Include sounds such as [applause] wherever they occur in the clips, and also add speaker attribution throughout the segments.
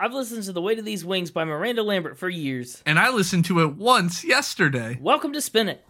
Speaker 1: I've listened to The Weight of These Wings by Miranda Lambert for years.
Speaker 2: And I listened to it once yesterday.
Speaker 1: Welcome to Spin It.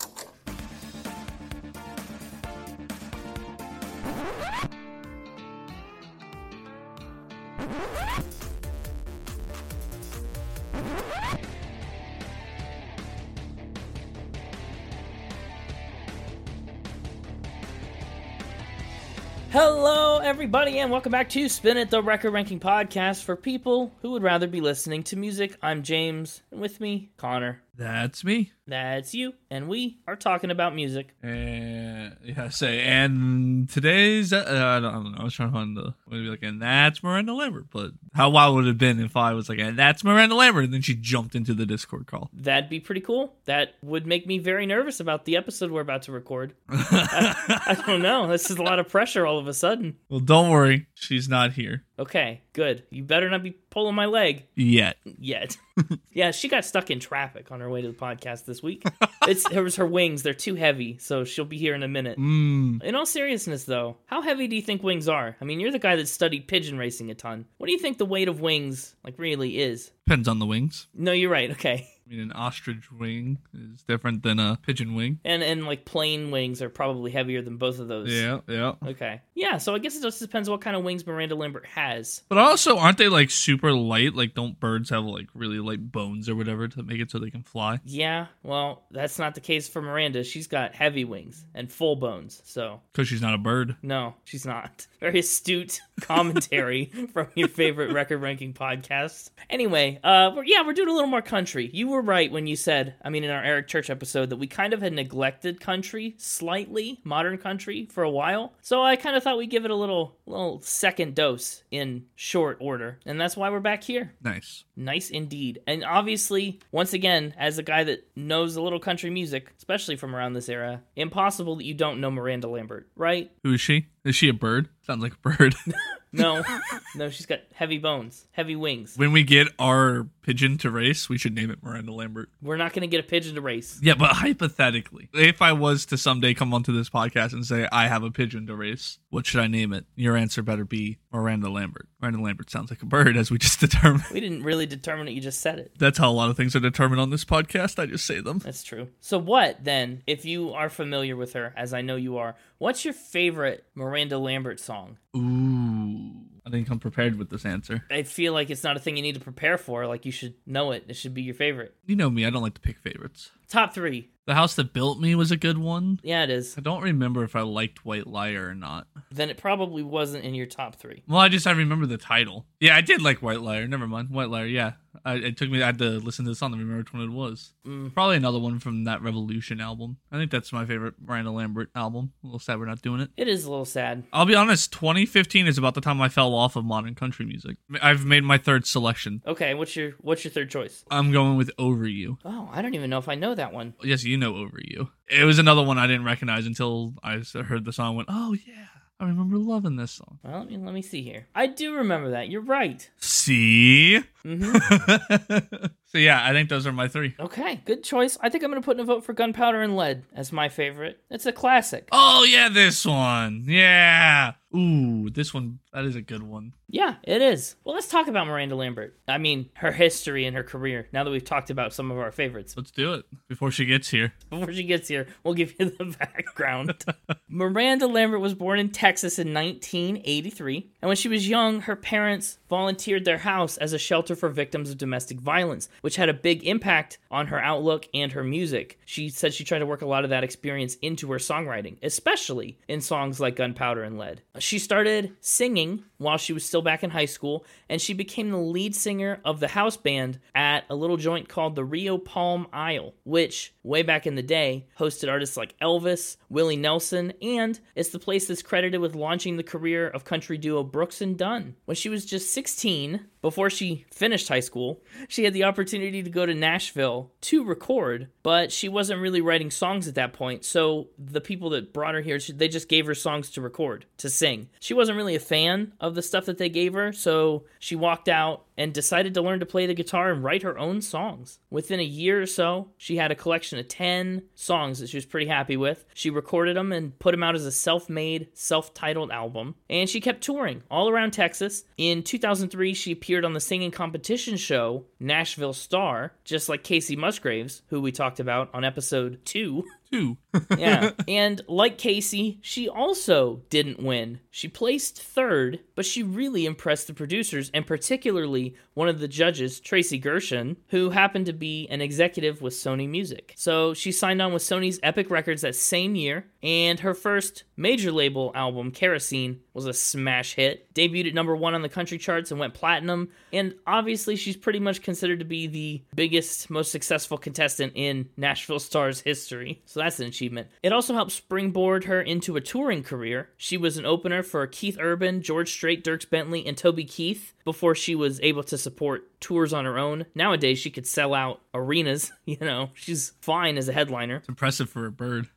Speaker 1: Hello, everybody, and welcome back to Spin It, the record ranking podcast for people who would rather be listening to music. I'm James, and with me, Connor.
Speaker 2: That's me.
Speaker 1: That's you, and we are talking about music.
Speaker 2: And yeah, say and today's uh, I, don't, I don't know. I was trying to find the maybe like and that's Miranda Lambert, but how wild would it have been if I was like and that's Miranda Lambert, and then she jumped into the Discord call. [laughs]
Speaker 1: That'd be pretty cool. That would make me very nervous about the episode we're about to record. I, I don't know. This is a lot of pressure all of a sudden.
Speaker 2: Well, don't worry, she's not here
Speaker 1: Okay, good. You better not be pulling my leg
Speaker 2: yet.
Speaker 1: yet. [laughs] yeah, she got stuck in traffic on her way to the podcast this week. It's it was her wings. They're too heavy, so she'll be here in a minute.
Speaker 2: Mm,
Speaker 1: In all seriousness, though, how heavy do you think wings are? I mean, you're the guy that studied pigeon racing a ton. What do you think the weight of wings, like, really is?
Speaker 2: depends on the wings.
Speaker 1: No, you're right. Okay.
Speaker 2: I mean, an ostrich wing is different than a pigeon wing.
Speaker 1: And, and like, plain wings are probably heavier than both of those.
Speaker 2: Yeah, yeah.
Speaker 1: Okay. Yeah, so I guess it just depends what kind of wings Miranda Lambert has.
Speaker 2: But also, aren't they like super light? Like, don't birds have like really light bones or whatever to make it so they can fly?
Speaker 1: Yeah, well, that's not the case for Miranda. She's got heavy wings and full bones, so
Speaker 2: Because she's not a bird.
Speaker 1: No, she's not. [laughs] Very astute commentary from your favorite record ranking podcast. Anyway, uh, we're, yeah, we're doing a little more country. You were right when you said, I mean, in our Eric Church episode, that we kind of had neglected country slightly, modern country for a while. So I kind of thought we'd give it a little, little second dose in short order, and that's why we're back here.
Speaker 2: Nice.
Speaker 1: Nice indeed. And obviously, once again, as a guy that knows a little country music, especially from around this era, impossible that you don't know Miranda Lambert, right?
Speaker 2: Who is she? Is she a bird? Sounds like a bird. [laughs]
Speaker 1: No, no, she's got heavy bones, heavy wings.
Speaker 2: when we get our pigeon to race, we should name it Miranda Lambert.
Speaker 1: We're not going to get a pigeon to race.
Speaker 2: Yeah, but hypothetically, if I was to someday come onto this podcast and say I have a pigeon to race, what should I name it? Your answer better be Miranda Lambert. Miranda Lambert sounds like a bird, as we just [laughs] determined.
Speaker 1: We didn't really determine it, you just said it.
Speaker 2: That's how a lot of things are determined on this podcast. I just say them.
Speaker 1: That's true. So, what then, if you are familiar with her, as I know you are, what's your favorite Miranda Lambert song?
Speaker 2: Ooh. I didn't come prepared with this answer.
Speaker 1: I feel like it's not a thing you need to prepare for. Like, you should know it. It should be your favorite.
Speaker 2: You know me, I don't like to pick favorites.
Speaker 1: Top three.
Speaker 2: The House That Built Me was a good one.
Speaker 1: Yeah, it is.
Speaker 2: I don't remember if I liked White Liar or not.
Speaker 1: Then it probably wasn't in your top three.
Speaker 2: Well, I just I remember the title. Yeah, I did like White Liar. Never mind, White Liar. Yeah, I, it took me. I had to listen to the song to remember which one it was.
Speaker 1: Mm.
Speaker 2: Probably another one from that Revolution album. I think that's my favorite Miranda Lambert album. A little sad we're not doing it.
Speaker 1: It is a little sad.
Speaker 2: I'll be honest. 2015 is about the time I fell off of modern country music. I've made my third selection.
Speaker 1: Okay, what's your what's your third choice?
Speaker 2: I'm going with Over You.
Speaker 1: Oh, I don't even know if I know that one.
Speaker 2: Yes, you know Over You. It was another one I didn't recognize until I s- heard the song. and Went, oh yeah, I remember loving this song.
Speaker 1: Well, let me let me see here. I do remember that. You're right.
Speaker 2: See.
Speaker 1: hmm
Speaker 2: [laughs] so yeah, I think those are my three.
Speaker 1: Okay, good choice. I think I'm gonna put in a vote for Gunpowder and Lead as my favorite. It's a classic.
Speaker 2: Oh yeah, this one. Yeah. Ooh, this one. That is a good one.
Speaker 1: Yeah, it is. Well, let's talk about Miranda Lambert. I mean, her history and her career. Now that we've talked about some of our favorites,
Speaker 2: Let's do it before she gets here.
Speaker 1: [laughs] before she gets here, we'll give you the [laughs] background. Miranda Lambert was born in Texas in 1983, and when she was young, her parents volunteered their house as a shelter for victims of domestic violence, which had a big impact on her outlook and her music. She said she tried to work a lot of that experience into her songwriting, especially in songs like Gunpowder and Lead. She started singing while she was still back in high school, and she became the lead singer of the house band at a little joint called the Rio Palm Isle, which, way back in the day, hosted artists like Elvis, Willie Nelson, and it's the place that's credited with launching the career of country duo Brooks and Dunn. When she was just 16, before she finished high school, she had the opportunity to go to Nashville to record, but she wasn't really writing songs at that point. So the people that brought her here, she- they just gave her songs to record, to sing. She wasn't really a fan of the stuff that they gave her, so she walked out and decided to learn to play the guitar and write her own songs. Within a year or so, she had a collection of 10 songs that she was pretty happy with. She recorded them and put them out as a self made, self titled album. And she kept touring all around Texas. In 2003, she appeared on the singing competition show Nashville Star, just like Casey Musgraves, who we talked about on episode two.
Speaker 2: Two.
Speaker 1: yeah. And like Casey, she also didn't win. She placed third, but she really impressed the producers and particularly one of the judges, Tracy Gershon, who happened to be an executive with Sony Music. So she signed on with Sony's Epic Records that same year, and her first major label album, Kerosene, was a smash hit. Debuted at number one on the country charts and went platinum. And obviously, she's pretty much considered to be the biggest, most successful contestant in Nashville Stars history. So that's an achievement. It also helped springboard her into a touring career. She was an opener for Keith Urban, George Strait, Dirks Bentley, and Toby Keith before she was able to support tours on her own. Nowadays, she could sell out arenas. [laughs] You know, she's fine as a headliner,
Speaker 2: [laughs] Impressive for a bird.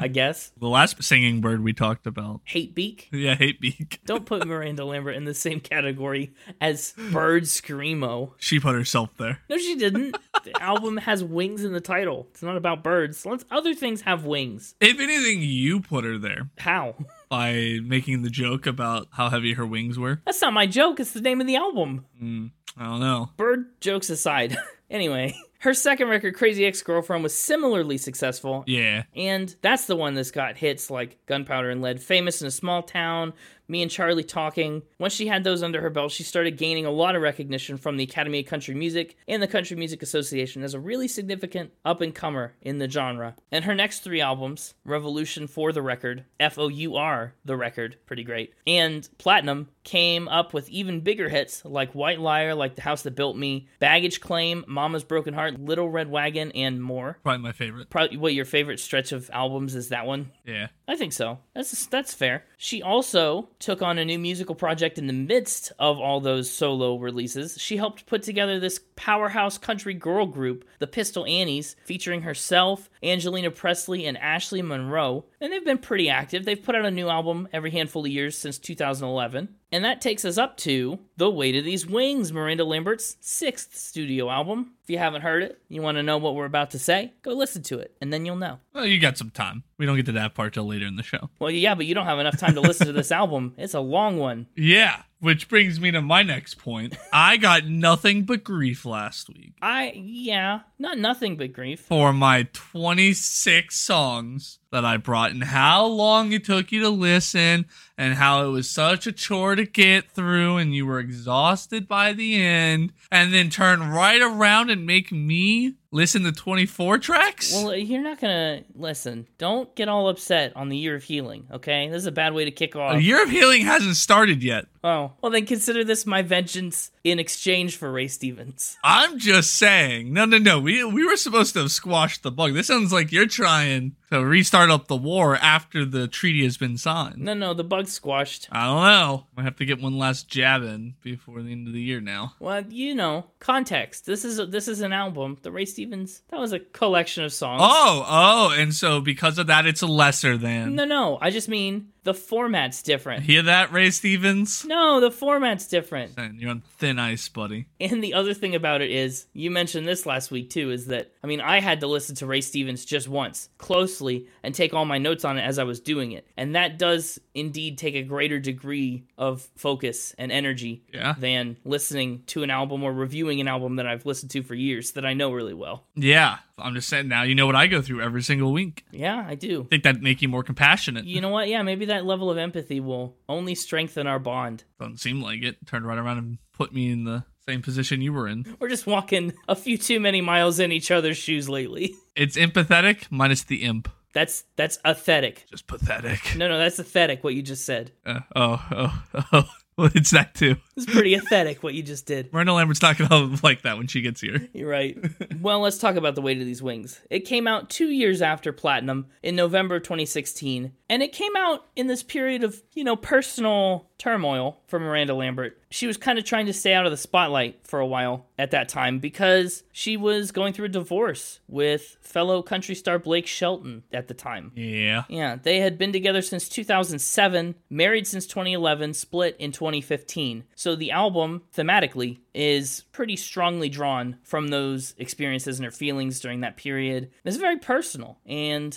Speaker 1: I guess.
Speaker 2: The last singing bird we talked about.
Speaker 1: Hate Beak.
Speaker 2: Yeah, hate beak.
Speaker 1: Don't put Miranda Lambert in the same category as Bird Screamo.
Speaker 2: [laughs] She put herself there.
Speaker 1: No, she didn't. The album has wings in the title. It's not about birds. Let's other things have wings.
Speaker 2: If anything, you put her there
Speaker 1: How?
Speaker 2: by making the joke about how heavy her wings were.
Speaker 1: That's not my joke. It's the name of the album.
Speaker 2: I don't know.
Speaker 1: Bird jokes aside. [laughs] anyway, her second record, Crazy Ex-Girlfriend, was similarly successful.
Speaker 2: Yeah.
Speaker 1: And that's the one that's got hits like Gunpowder and Lead, Famous in a Small Town, Me and Charlie Talking. Once she had those under her belt, she started gaining a lot of recognition from the Academy of Country Music and the Country Music Association as a really significant up and comer in the genre. And her next three albums, Revolution for the Record, F O U R the Record, pretty great, and Platinum, came up with even bigger hits like White Liar, like The House That Built Me, Baggage Claim, Mama's Broken Heart, Little Red Wagon, and more
Speaker 2: Probably my favorite.
Speaker 1: probably what your favorite stretch of albums is that one.
Speaker 2: Yeah.
Speaker 1: I think so. That's that's fair. She also took on a new musical project in the midst of all those solo releases. She helped put together this powerhouse country girl group, the Pistol Annies, featuring herself, Angelina Presley, and Ashley Monroe. And they've been pretty active. They've put out a new album every handful of years since 2011. And that takes us up to The Weight of These Wings, Miranda Lambert's sixth studio album. If you haven't heard it, you want to know what we're about to say, go listen to it, and then you'll know.
Speaker 2: Well, you got some time. We don't get to that part till later in the show.
Speaker 1: Well, yeah, but you don't have enough time to listen to this album. It's a long one.
Speaker 2: Yeah. Which brings me to my next point. I got nothing but grief last week
Speaker 1: I, yeah, not nothing but grief.
Speaker 2: for my 26 songs that I brought and how long it took you to listen and how it was such a chore to get through and you were exhausted by the end and then turn right around and make me listen to 24 tracks?
Speaker 1: Well, you're not gonna listen. Don't get all upset on the year of healing, okay? This is a bad way to kick off.
Speaker 2: A year of healing hasn't started yet.
Speaker 1: oh, well, then consider this my vengeance in exchange for Ray Stevens.
Speaker 2: I'm just saying. No, no, no. We we were supposed to have squashed the bug. This sounds like you're trying to restart up the war after the treaty has been signed.
Speaker 1: No, no, the bug squashed.
Speaker 2: I don't know. I have to get one last jab in before the end of the year now.
Speaker 1: Well, you know, context. This is a, this is an album. The Ray Stevens that was a collection of songs.
Speaker 2: Oh, oh, and so because of that, it's a lesser than.
Speaker 1: No, no, I just mean the format's different.
Speaker 2: Hear that, Ray Stevens?
Speaker 1: No, the format's different.
Speaker 2: Man, You're on thin ice, buddy.
Speaker 1: And the other thing about it is, you mentioned this last week too, is that, I mean, I had to listen to Ray Stevens just once, closely, and take all my notes on it as I was doing it. And that does indeed take a greater degree of focus and energy
Speaker 2: Yeah.
Speaker 1: than listening to an album or reviewing an album that I've listened to for years that I know really well.
Speaker 2: Yeah, I'm just saying. Now you know what I go through every single week.
Speaker 1: Yeah, I do.
Speaker 2: think that'd make you more compassionate.
Speaker 1: You know what? Yeah, maybe that level of empathy will only strengthen our bond.
Speaker 2: Doesn't seem like it. Turned right around and put me in the same position you were in.
Speaker 1: We're just walking a few too many miles in each other's shoes lately. [laughs]
Speaker 2: It's empathetic minus the imp.
Speaker 1: That's that's pathetic.
Speaker 2: Just pathetic.
Speaker 1: No, no, that's pathetic what you just said.
Speaker 2: Uh, oh, oh, oh. [laughs] Well, it's that too.
Speaker 1: It's pretty pathetic what you just
Speaker 2: [laughs]
Speaker 1: did.
Speaker 2: Miranda Lambert's not gonna [laughs] like that when she gets here.
Speaker 1: You're right. well, let's talk about The Weight of These Wings. It came out two years after Platinum in November of 2016, and it came out in this period of, you know, personal turmoil for Miranda Lambert. She was kind of trying to stay out of the spotlight for a while at that time because she was going through a divorce with fellow country star Blake Shelton at the time.
Speaker 2: Yeah.
Speaker 1: Yeah, they had been together since 2007, married since 2011, split in 2015. So So the album thematically is pretty strongly drawn from those experiences and her feelings during that period. It's very personal and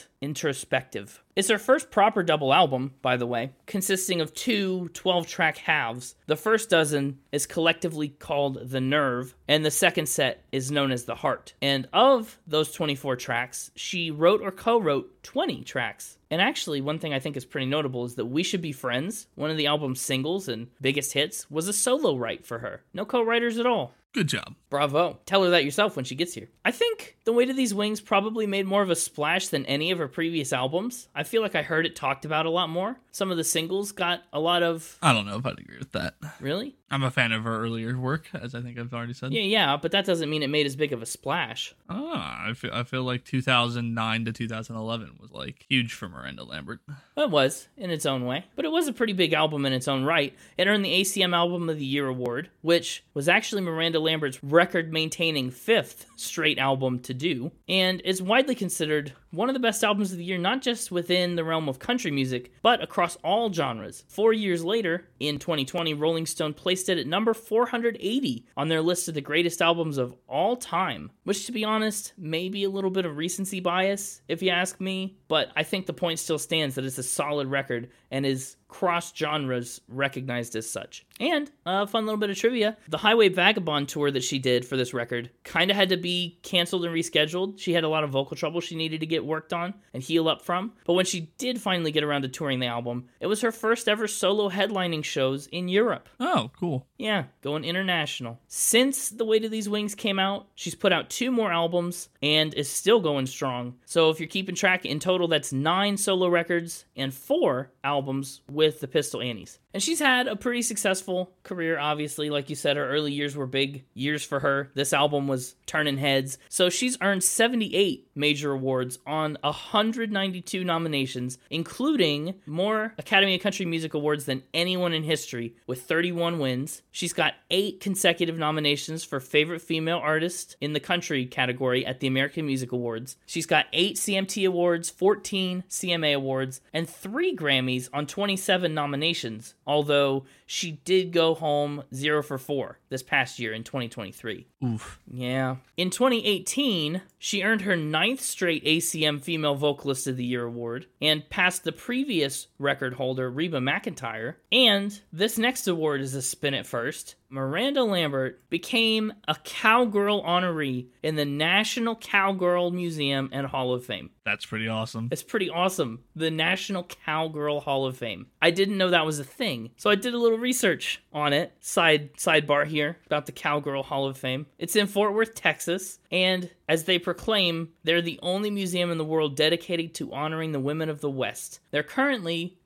Speaker 1: introspective. It's her first proper double album, by the way, consisting of two 12 track halves. The first dozen is collectively called The Nerve, and the second set is known as The Heart. And of those 24 tracks, she wrote or co wrote 20 tracks. And actually, one thing I think is pretty notable is that We Should Be Friends, one of the album's singles and biggest hits, was a solo write for her. No co writers at all.
Speaker 2: Good job.
Speaker 1: Bravo. Tell her that yourself when she gets here. I think The Weight of These Wings probably made more of a splash than any of her previous albums. I feel like I heard it talked about a lot more. Some of the singles got a lot of.
Speaker 2: I don't know if I'd agree with that.
Speaker 1: Really?
Speaker 2: I'm a fan of her earlier work, as I think I've already said.
Speaker 1: Yeah, yeah, but that doesn't mean it made as big of a splash.
Speaker 2: Ah, I feel I feel like 2009 to 2011 was like huge for Miranda Lambert.
Speaker 1: It was, in its own way, but it was a pretty big album in its own right. It earned the ACM Album of the Year award, which was actually Miranda Lambert's record maintaining fifth straight album to do, and is widely considered one of the best albums of the year, not just within the realm of country music, but across all genres. Four years later, in 2020, Rolling Stone placed it at number 480 on their list of the greatest albums of all time, which, to be honest, may be a little bit of recency bias, if you ask me, but I think the point still stands that it's a solid record and is cross genres recognized as such. And a fun little bit of trivia the Highway Vagabond tour that she did for this record kind of had to be canceled and rescheduled. She had a lot of vocal trouble she needed to get worked on and heal up from. But when she did finally get around to touring the album, it was her first ever solo headlining shows in Europe.
Speaker 2: Oh, cool.
Speaker 1: Yeah, going international. Since The Weight of These Wings came out, she's put out two more albums and is still going strong. So if you're keeping track, in total, that's nine solo records and four albums with the Pistol Annies. And she's had a pretty successful career, obviously. Like you said, her early years were big years for her. This album was turning heads. So she's earned 78 major awards on 192 nominations, including more Academy of Country Music Awards than anyone in history, with 31 wins. She's got eight consecutive nominations for Favorite Female Artist in the Country category at the American Music Awards. She's got eight CMT Awards, 14 CMA Awards, and three Grammys on 27 nominations, although she did go home zero for four this past year in 2023.
Speaker 2: Oof.
Speaker 1: Yeah. In 2018, she earned her ninth straight ACM Female Vocalist of the Year award and passed the previous record holder, Reba McIntyre. And this next award is a spin at first. Miranda Lambert became a Cowgirl honoree in the National Cowgirl Museum and Hall of Fame.
Speaker 2: That's pretty awesome.
Speaker 1: It's pretty awesome. The National Cowgirl Hall of Fame. I didn't know that was a thing, so I did a little research on it. Side sidebar here about the Cowgirl Hall of Fame. It's in Fort Worth, Texas, and as they proclaim, they're the only museum in the world dedicated to honoring the women of the West. There are currently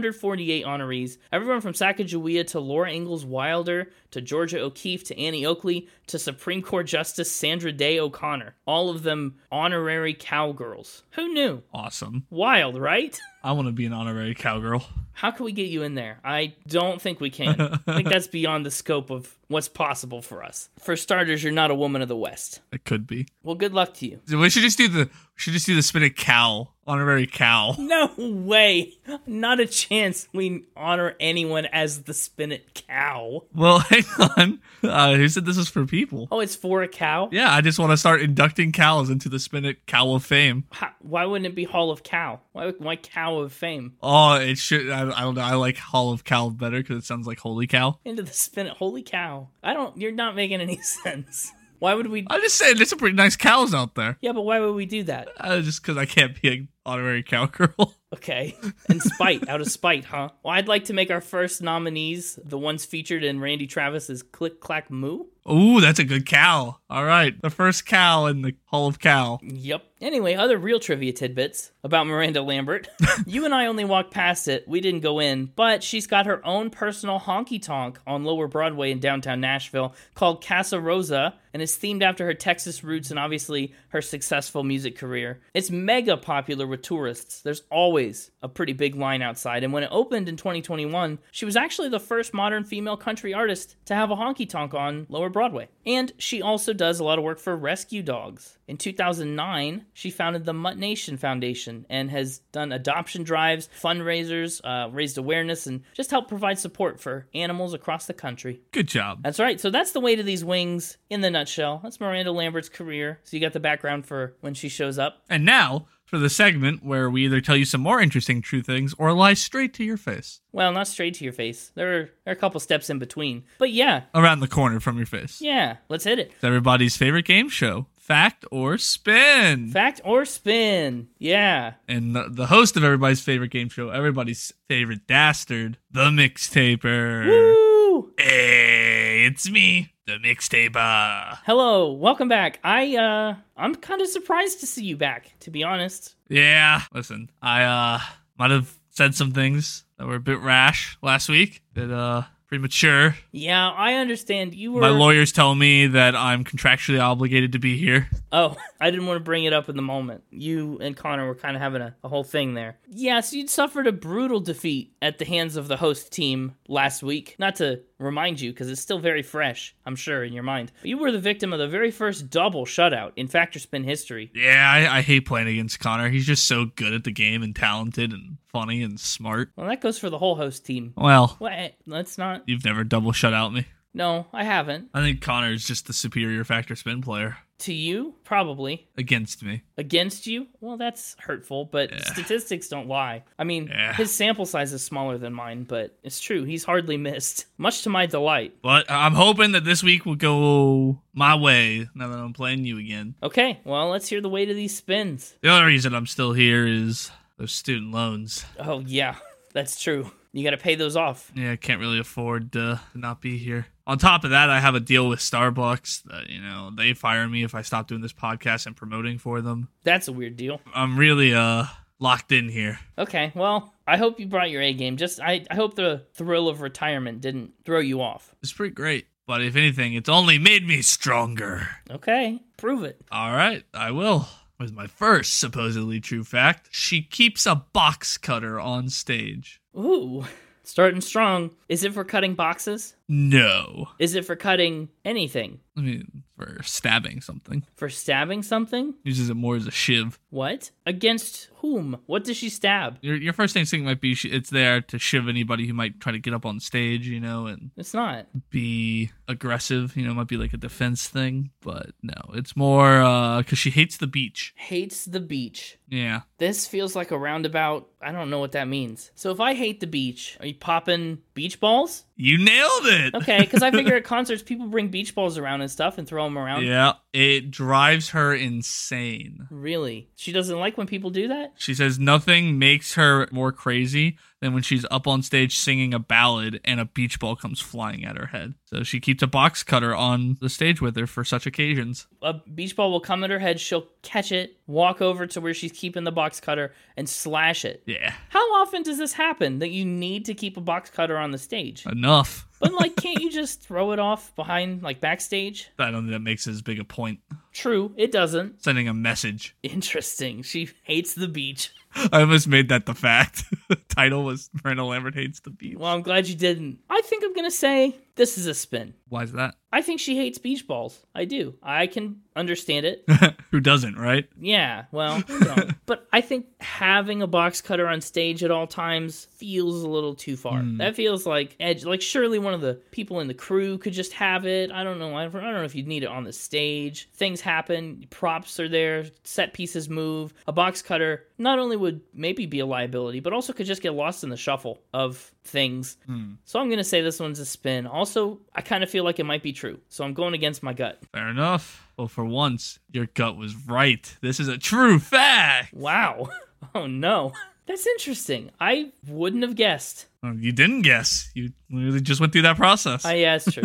Speaker 1: 248 honorees, everyone from Sacagawea to Laura Ingalls Wilder to Georgia O'Keeffe to Annie Oakley to Supreme Court Justice Sandra Day O'Connor. All of them honorary cowgirls. Who knew?
Speaker 2: Awesome.
Speaker 1: Wild, right?
Speaker 2: I want to be an honorary cowgirl.
Speaker 1: How can we get you in there? I don't think we can. I think that's beyond the scope of what's possible for us. For starters, you're not a woman of the West.
Speaker 2: It could be.
Speaker 1: Well, good luck to you.
Speaker 2: We should just do the we should just do the spin a cow honorary cow.
Speaker 1: No way. Not a chance we honor anyone as the spinnet cow.
Speaker 2: Well, [laughs] hang on. Uh, who said this is for people?
Speaker 1: Oh, it's for a cow?
Speaker 2: Yeah, I just want to start inducting cows into the spin it cow of fame.
Speaker 1: Ha- Why wouldn't it be Hall of Cow? Why, why Cow of Fame?
Speaker 2: Oh, it should. I, I don't know. I like Hall of Cow better because it sounds like holy cow.
Speaker 1: Into the spinnet. Holy cow. I don't, you're not making any [laughs] sense. Why would we,
Speaker 2: I'm just saying, there's some pretty nice cows out there.
Speaker 1: yeah, but why would we do that?
Speaker 2: Uh, just because I can't be an honorary [laughs] cowgirl.
Speaker 1: Okay. And spite, out of spite, huh? Well, I'd like to make our first nominees the ones featured in Randy Travis's Click Clack Moo.
Speaker 2: Ooh, that's a good cow. All right, the first cow in the Hall of Cow.
Speaker 1: Yep. Anyway, other real trivia tidbits about Miranda Lambert. you and I only walked past it. We didn't go in, but she's got her own personal honky tonk on Lower Broadway in downtown Nashville called Casa Rosa and it's themed after her Texas roots and obviously her successful music career. It's mega popular with tourists. There's always always a pretty big line outside, and when it opened in 2021, she was actually the first modern female country artist to have a honky tonk on Lower Broadway. And she also does a lot of work for rescue dogs. In 2009, she founded the Mutt Nation Foundation and has done adoption drives, fundraisers, uh, raised awareness, and just helped provide support for animals across the country.
Speaker 2: Good job.
Speaker 1: That's right. So that's the way to these wings in the nutshell. That's Miranda Lambert's career. So you got the background for when she shows up.
Speaker 2: And now for the segment where we either tell you some more interesting true things or lie straight to your face.
Speaker 1: Well, not straight to your face. There are, there are a couple steps in between. But yeah,
Speaker 2: Around the corner from your face.
Speaker 1: yeah, let's hit it.
Speaker 2: It's everybody's favorite game show, Fact or Spin.
Speaker 1: Fact or spin? Yeah.
Speaker 2: and the, the host of everybody's favorite game show, everybody's favorite dastard, the Mixtaper.
Speaker 1: Woo!
Speaker 2: Hey, it's me, the Mixtaper.
Speaker 1: Hello, welcome back. I uh I'm kind of surprised to see you back, to be honest.
Speaker 2: Yeah, listen, I uh might have said some things that were a bit rash last week. That uh premature.
Speaker 1: Yeah, I understand you were
Speaker 2: My lawyers tell me that I'm contractually obligated to be here.
Speaker 1: Oh, [laughs] I didn't want to bring it up in the moment. You and Connor were kind of having a, a whole thing there. Yeah, so you'd suffered a brutal defeat at the hands of the host team last week. Not to remind you, because it's still very fresh, I'm sure, in your mind. But you were the victim of the very first double shutout in Factor Spin history.
Speaker 2: Yeah, I, I hate playing against Connor. He's just so good at the game and talented and funny and smart.
Speaker 1: Well, that goes for the whole host team.
Speaker 2: Well,
Speaker 1: Wait, let's not.
Speaker 2: you've never double shut out me.
Speaker 1: No, I haven't.
Speaker 2: I think Connor is just the superior factor spin player
Speaker 1: To you? Probably.
Speaker 2: against me.
Speaker 1: Against you? Well, that's hurtful, but statistics don't lie. I mean,
Speaker 2: Yeah.
Speaker 1: his sample size is smaller than mine, but it's true. He's hardly missed, much to my delight.
Speaker 2: But I'm hoping that this week will go my way now that I'm playing you again.
Speaker 1: Okay, well, let's hear the weight of these spins.
Speaker 2: The other reason I'm still here is those student loans.
Speaker 1: Oh, yeah, [laughs] that's true. You got to pay those off.
Speaker 2: Yeah, I can't really afford to, to not be here. On top of that, I have a deal with Starbucks that, you know, they fire me if I stop doing this podcast and promoting for them.
Speaker 1: That's a weird deal.
Speaker 2: I'm really uh locked in here.
Speaker 1: Okay, well, I hope you brought your A game. Just, I, I hope the thrill of retirement didn't throw you off.
Speaker 2: It's pretty great. But if anything, it's only made me stronger.
Speaker 1: Okay, prove it.
Speaker 2: All right, I will. With my first supposedly true fact, she keeps a box cutter on stage.
Speaker 1: Ooh, [laughs] starting strong. Is it for cutting boxes?
Speaker 2: No.
Speaker 1: Is it for cutting anything?
Speaker 2: I mean, for stabbing something.
Speaker 1: For stabbing something?
Speaker 2: Uses it more as a shiv.
Speaker 1: What? Against whom? What does she stab?
Speaker 2: Your, your first instinct might be she, it's there to shiv anybody who might try to get up on stage, you know, and
Speaker 1: It's not.
Speaker 2: be aggressive. You know, it might be like a defense thing, but no, it's more because she hates the beach.
Speaker 1: Hates the beach.
Speaker 2: Yeah.
Speaker 1: This feels like a roundabout. I don't know what that means. So if I hate the beach, are you popping beach balls?
Speaker 2: You nailed it.
Speaker 1: Okay, because I figure at [laughs] concerts people bring beach balls around and stuff and throw them around.
Speaker 2: Yeah. It drives her insane.
Speaker 1: Really? She doesn't like when people do that?
Speaker 2: She says nothing makes her more crazy than when she's up on stage singing a ballad and a beach ball comes flying at her head. So she keeps a box cutter on the stage with her for such occasions.
Speaker 1: A beach ball will come at her head, she'll catch it, walk over to where she's keeping the box cutter, and slash it.
Speaker 2: Yeah.
Speaker 1: How often does this happen that you need to keep a box cutter on the stage?
Speaker 2: Enough.
Speaker 1: But like, can't you just throw it off behind, like backstage?
Speaker 2: I don't think that makes as big a point.
Speaker 1: True, it doesn't.
Speaker 2: Sending a message.
Speaker 1: Interesting. She hates the beach.
Speaker 2: I almost made that the fact. [laughs] Title was Miranda Lambert hates the beach.
Speaker 1: Well, I'm glad you didn't. I think I'm gonna say this is a spin.
Speaker 2: Why is that?
Speaker 1: I think she hates beach balls. I do. I can understand it.
Speaker 2: Who doesn't, right?
Speaker 1: Yeah, well, you know. but I think having a box cutter on stage at all times feels a little too far. That feels like edge. Like surely one of the people in the crew could just have it. I don't know. I don't know if you'd need it on the stage. Things happen. Props are there. Set pieces move. A box cutter not only would maybe be a liability, but also could just get lost in the shuffle of things. So I'm gonna say this one's a spin. Also, I kind of feel like it might be true. So I'm going against my gut.
Speaker 2: Fair enough. Well, for once, your gut was right. This is a true fact.
Speaker 1: Wow. [laughs] Oh no. That's interesting. I wouldn't have guessed.
Speaker 2: Well, Oh, You didn't guess. You literally just went through that process.
Speaker 1: I Ah, yeah, it's true.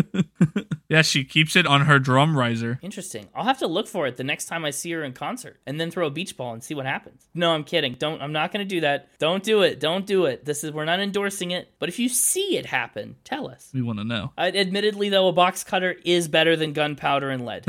Speaker 2: Yeah, she keeps it on her drum riser.
Speaker 1: interesting. I'll have to look for it the next time I see her in concert and then throw a beach ball and see what happens. No, I'm kidding. Don't I'm not gonna do that. Don't do it. Don't do it. This is we're not endorsing it. But if you see it happen, tell us.
Speaker 2: We want to know. [laughs]
Speaker 1: I, admittedly though, a box cutter is better than gunpowder and lead.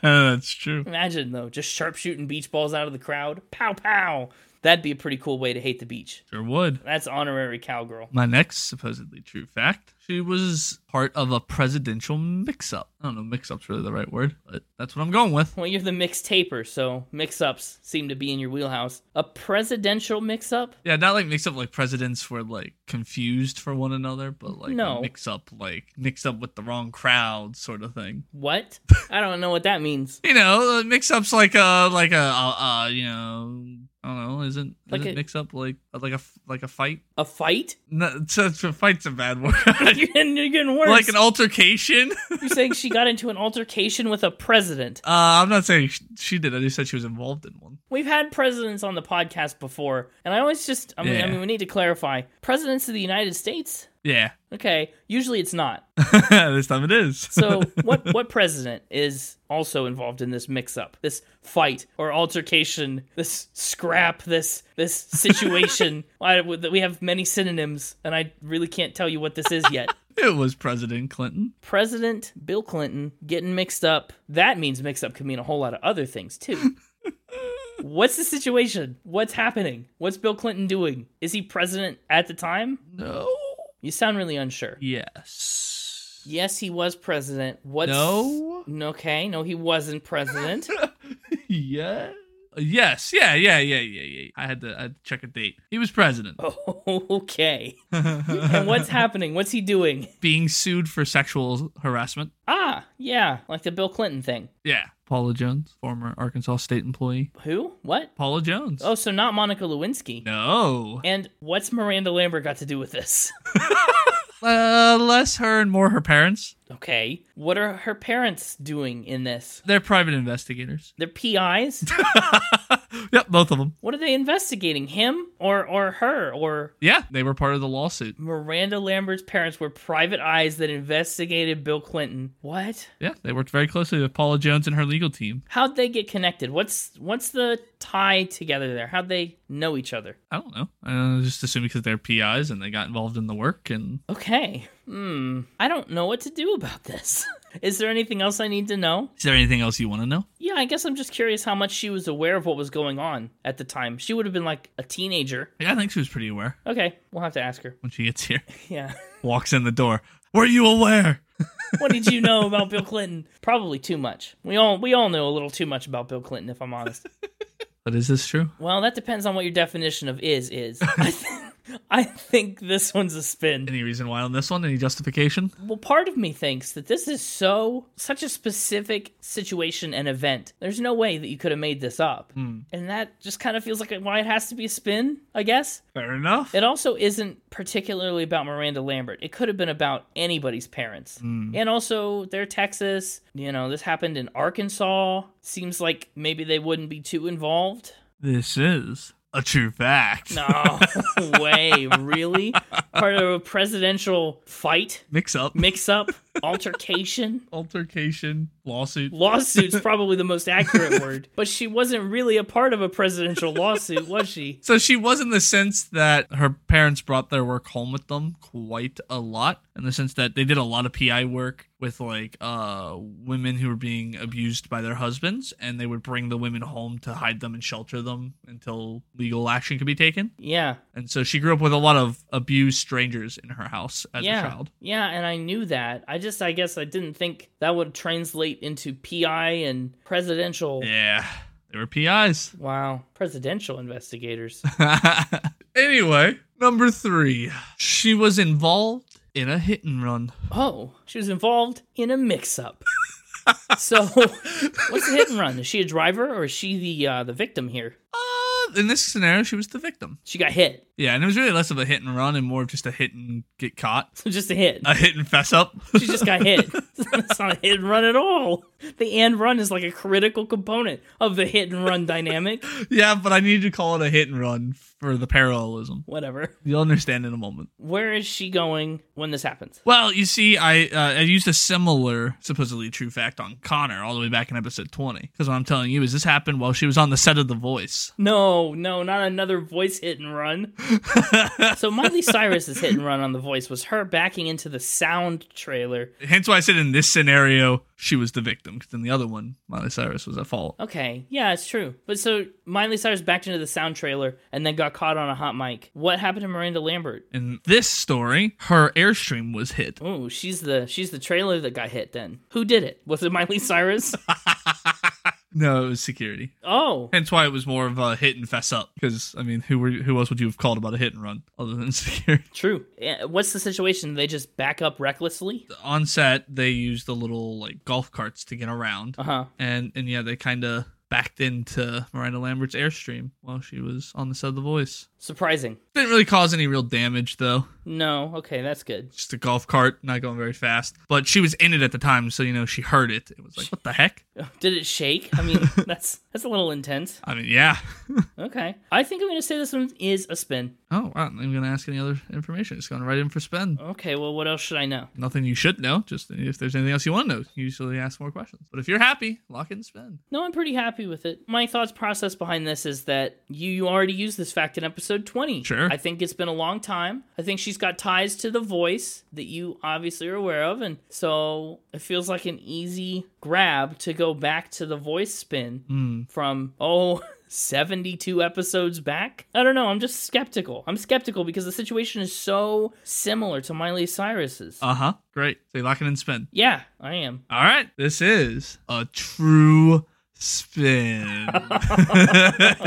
Speaker 2: That's true.
Speaker 1: Imagine though, just sharpshooting beach balls out of the crowd. Pow pow. That'd be a pretty cool way to hate the beach.
Speaker 2: Sure would.
Speaker 1: That's honorary cowgirl.
Speaker 2: My next supposedly true fact she was part of a presidential mix up. I don't know, mix up's really the right word, but that's what I'm going with.
Speaker 1: Well, you're the mixed taper, so mix ups seem to be in your wheelhouse. A presidential mix up?
Speaker 2: Yeah, not like mix up like presidents were like confused for one another, but like
Speaker 1: No.
Speaker 2: mix up like mix up with the wrong crowd sort of thing. [laughs]
Speaker 1: What? I don't know what that means.
Speaker 2: You know, uh, mix up's like a like a uh, uh you know I don't know, isn't,
Speaker 1: Like
Speaker 2: isn't
Speaker 1: a-
Speaker 2: mix up like like a like a fight?
Speaker 1: A fight? [laughs]
Speaker 2: No, [laughs] so, so fight's a bad word. [laughs]
Speaker 1: you're getting you're getting worse.
Speaker 2: like an altercation. [laughs]
Speaker 1: you're saying she got into an altercation with a president.
Speaker 2: Uh, I'm not saying sh- she did. I just said she was involved in one.
Speaker 1: We've had presidents on the podcast before, and I always just, I mean, I
Speaker 2: Yeah.
Speaker 1: mean, we need to clarify presidents of the United States?
Speaker 2: Yeah,
Speaker 1: Okay, usually it's not.
Speaker 2: [laughs] this time it is.
Speaker 1: So what what president is also involved in this mix up, this fight or altercation, this scrap, this this situation? I, we have many synonyms, and I really can't tell you what this is yet.
Speaker 2: [laughs] it was President Clinton.
Speaker 1: President Bill Clinton getting mixed up. That means mixed up can mean a whole lot of other things too. What's the situation? What's happening? What's Bill Clinton doing? Is he president at the time?
Speaker 2: No.
Speaker 1: You sound really unsure.
Speaker 2: Yes.
Speaker 1: Yes, he was president. What's
Speaker 2: No.
Speaker 1: Okay, no, he wasn't president.
Speaker 2: yeah. Yes. Yeah. Yeah. Yeah. Yeah. Yeah. I had to. I had to check a date. He was president.
Speaker 1: Oh, [laughs] okay. And what's happening? What's he doing?
Speaker 2: being sued for sexual harassment?
Speaker 1: Ah, yeah, like the Bill Clinton thing.
Speaker 2: Yeah. Paula Jones, former Arkansas state employee.
Speaker 1: Who? What?
Speaker 2: Paula Jones.
Speaker 1: Oh, so not Monica Lewinsky.
Speaker 2: No.
Speaker 1: And what's Miranda Lambert got to do with this? [laughs]
Speaker 2: Uh, less her and more her parents.
Speaker 1: Okay. What are her parents doing in this?
Speaker 2: They're private [laughs] investigators.
Speaker 1: They're PIs?
Speaker 2: yep, both of them.
Speaker 1: what are they investigating? Him or or her or
Speaker 2: Yeah, they were part of the lawsuit.
Speaker 1: Miranda Lambert's parents were private eyes that investigated Bill Clinton. What?
Speaker 2: Yeah, they worked very closely with Paula Jones and her legal team.
Speaker 1: How'd they get connected? What's what's the tie together there? How'd they know each other?
Speaker 2: I don't know. I just assume because they're PIs and they got involved in the work. And
Speaker 1: Okay. Hmm. I don't know what to do about this. [laughs] Is there anything else I need to know?
Speaker 2: is there anything else you want to know?
Speaker 1: Yeah, I guess I'm just curious how much she was aware of what was going on at the time. She would have been like a teenager.
Speaker 2: Yeah, I think she was pretty aware
Speaker 1: Okay, we'll have to ask her. [laughs]
Speaker 2: when she gets here. [laughs]
Speaker 1: Yeah.
Speaker 2: Walks in the door. Were you aware?
Speaker 1: what did you know about Bill Clinton? Probably too much. We all we all know a little too much about Bill Clinton, if I'm honest.
Speaker 2: But is this true?
Speaker 1: Well, that depends on what your definition of is is. I, [laughs] th- I think this one's a spin.
Speaker 2: Any reason why on this one? Any justification?
Speaker 1: Well, part of me thinks that this is so such a specific situation and event. There's no way that you could have made this up, and that just kind of feels like why it has to be a spin. I guess
Speaker 2: Fair enough.
Speaker 1: it also isn't particularly about Miranda Lambert. It could have been about anybody's parents, and also they're Texas. You know, this happened in Arkansas. Seems like maybe they wouldn't be too involved.
Speaker 2: This is a true fact.
Speaker 1: No way, really? Part of a presidential fight,
Speaker 2: Mix up.
Speaker 1: mix up, altercation.
Speaker 2: Altercation. Lawsuit. [laughs]
Speaker 1: Lawsuit's probably the most accurate word, but she wasn't really a part of a presidential lawsuit, was she?
Speaker 2: So she was in the sense that her parents brought their work home with them quite a lot, in the sense that they did a lot of PI work with like uh, women who were being abused by their husbands, and they would bring the women home to hide them and shelter them until legal action could be taken.
Speaker 1: Yeah.
Speaker 2: And so she grew up with a lot of abused strangers in her house as
Speaker 1: yeah.
Speaker 2: a child.
Speaker 1: Yeah, and I knew that. I just I guess I didn't think that would translate into PI and presidential
Speaker 2: Yeah, they were PIs.
Speaker 1: Wow, presidential investigators.
Speaker 2: [laughs]
Speaker 1: [laughs]
Speaker 2: anyway, number three, she was involved in a hit and run.
Speaker 1: Oh, she was involved in a
Speaker 2: [laughs]
Speaker 1: mix-up. so, what's the hit and run? Is she a driver or is she the uh, the victim here?
Speaker 2: Uh, in this scenario, she was the victim.
Speaker 1: She got hit. [laughs]
Speaker 2: Yeah, and it was really less of a hit and run and more of just a hit and get caught,
Speaker 1: So just a hit.
Speaker 2: a hit and fess up.
Speaker 1: She just got hit. [laughs] It's not a hit and run at all. The and run is like a critical component of the hit and run dynamic.
Speaker 2: [laughs] yeah, but I need to call it a hit and run for the parallelism.
Speaker 1: Whatever.
Speaker 2: You'll understand in a moment.
Speaker 1: Where is she going when this happens?
Speaker 2: Well, you see, I uh, I used a similar supposedly true fact on Connor all the way back in episode twenty. Because what I'm telling you is this happened while she was on the set of The Voice.
Speaker 1: No, no, not another voice hit and run. So Miley Cyrus's hit and run on The Voice was her backing into the sound trailer.
Speaker 2: Hence why I said in this scenario, she was the victim, because in the other one, Miley Cyrus was at fault.
Speaker 1: Okay, yeah, it's true. But so Miley Cyrus backed into the sound trailer and then got caught on a hot mic. What happened to Miranda Lambert?
Speaker 2: In this story, her airstream was hit.
Speaker 1: Oh, she's the she's the trailer that got hit then. Who did it? Was it Miley Cyrus?
Speaker 2: No, it was security.
Speaker 1: Oh.
Speaker 2: Hence why it was more of a hit and fess up. Because I mean, who were who else would you have called about a hit and run other than [laughs] security?
Speaker 1: True. Eh, What's the situation? They just back up recklessly?
Speaker 2: On set, they used the little like golf carts to get around,
Speaker 1: Uh huh.
Speaker 2: and and yeah, they kind of backed into Miranda Lambert's airstream while she was on the set of The Voice.
Speaker 1: Surprising.
Speaker 2: Didn't really cause any real damage though.
Speaker 1: No. Okay, that's good. [laughs]
Speaker 2: Just a golf cart, not going very fast. But she was in it at the time, so you know she heard it. It was like, what the heck?
Speaker 1: Did it shake? I mean, that's that's a little intense.
Speaker 2: I mean, yeah.
Speaker 1: Okay. I think I'm gonna say this one is a spin.
Speaker 2: oh, wow. I'm gonna ask any other information. It's going right in for spend.
Speaker 1: Okay. Well, what else should I know?
Speaker 2: nothing you should know. Just if there's anything else you want to know, you usually ask more questions. But if you're happy, lock in and spend.
Speaker 1: No, I'm pretty happy with it. My thoughts process behind this is that you, you already used this fact in episode 20.
Speaker 2: Sure.
Speaker 1: I think it's been a long time. I think she's got ties to the voice that you obviously are aware of. And so it feels like an easy grab to go back to the voice spin
Speaker 2: Hmm.
Speaker 1: from, oh, [laughs] 72 episodes back? I don't know. I'm just skeptical. I'm skeptical because the situation is so similar to Miley Cyrus's.
Speaker 2: Uh huh. Great. So you lock in and spend.
Speaker 1: yeah, I am. [laughs]
Speaker 2: All right. This is a true spin. [laughs]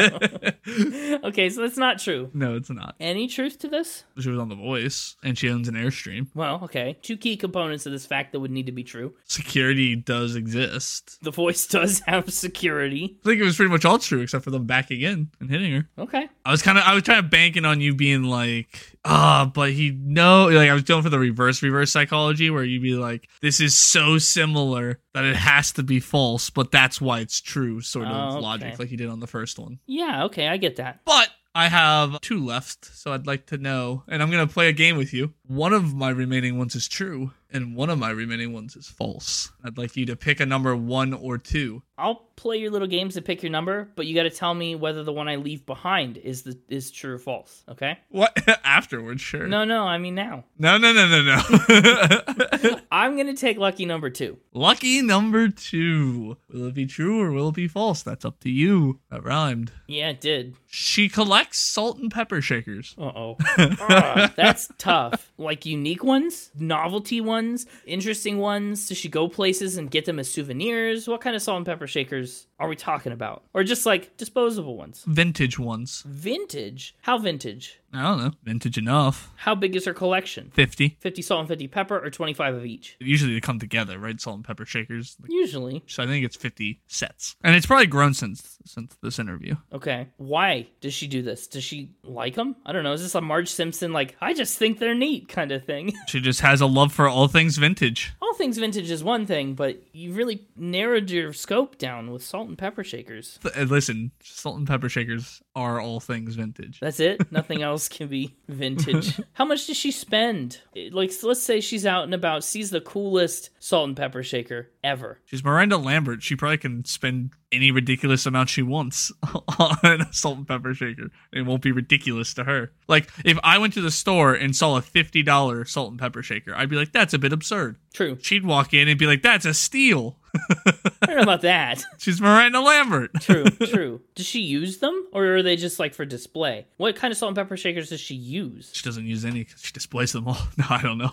Speaker 1: Okay, so that's not true.
Speaker 2: no, it's not.
Speaker 1: Any truth to this?
Speaker 2: She was on The Voice, and she owns an airstream.
Speaker 1: Well, okay. Two key components of this fact that would need to be true.
Speaker 2: Security does exist.
Speaker 1: The voice [laughs] does have security.
Speaker 2: I think it was pretty much all true except for them backing in and hitting her.
Speaker 1: Okay.
Speaker 2: I was kind of I was trying to bank in on you being like, ah, but he no, like I was going for the reverse reverse psychology where you'd be like, this is so similar that it has to be false, but that's why it's true, sort of
Speaker 1: Oh, okay.
Speaker 2: logic, like you did on the first one.
Speaker 1: Yeah, okay, I get that.
Speaker 2: But I have two left, so I'd like to know, and I'm gonna play a game with you. One of my remaining ones is true, and one of my remaining ones is false. I'd like you to pick a number one or two.
Speaker 1: I'll play your little games to pick your number, but you got to tell me whether the one I leave behind is the is true or false, okay?
Speaker 2: What [laughs] afterwards? Sure.
Speaker 1: No, no, I mean now. [laughs]
Speaker 2: no, no, no, no. no. [laughs]
Speaker 1: I'm going to take lucky number 2.
Speaker 2: Lucky number two. Will it be true or will it be false? That's up to you. That rhymed.
Speaker 1: Yeah, it did.
Speaker 2: She collects salt and pepper shakers.
Speaker 1: Uh-oh. Ah, that's tough. Like unique ones, novelty ones, interesting ones. Does she go places and get them as souvenirs? What kind of salt and pepper shakers are we talking about? Or just like disposable ones?
Speaker 2: Vintage ones.
Speaker 1: Vintage? How vintage?
Speaker 2: I don't know. Vintage enough.
Speaker 1: How big is her collection?
Speaker 2: 50.
Speaker 1: 50 salt and 50 pepper or 25 of each?
Speaker 2: Usually they come together, right? Salt and pepper shakers.
Speaker 1: Usually.
Speaker 2: So I think it's 50 sets. And it's probably grown since since this interview.
Speaker 1: Okay. Why does she do this? Does she like them? I don't know. Is this a Marge Simpson, like, I just think they're neat kind of thing? [laughs]
Speaker 2: She just has a love for all things vintage.
Speaker 1: All things vintage is one thing, but you really narrowed your scope down with salt and pepper shakers.
Speaker 2: Th- and Listen, salt and pepper shakers are all things vintage.
Speaker 1: That's it. Nothing else can be vintage. How much does she spend? It- Like, so let's say she's out and about, sees the coolest salt and pepper shaker ever.
Speaker 2: She's Miranda Lambert. She probably can spend any ridiculous amount she wants [laughs] on a salt and pepper shaker. It won't be ridiculous to her. Like if I went to the store and saw a fifty dollar salt and pepper shaker, I'd be like, "That's a bit absurd."
Speaker 1: True.
Speaker 2: She'd walk in and be like, "That's a steal." [laughs]
Speaker 1: I don't know about that. [laughs]
Speaker 2: She's Miranda Lambert. [laughs]
Speaker 1: True, true. Does she use them, or are they just like for display? What kind of salt and pepper shakers does she use?
Speaker 2: She doesn't use any. 'cause She displays them all. [laughs] No, I don't know.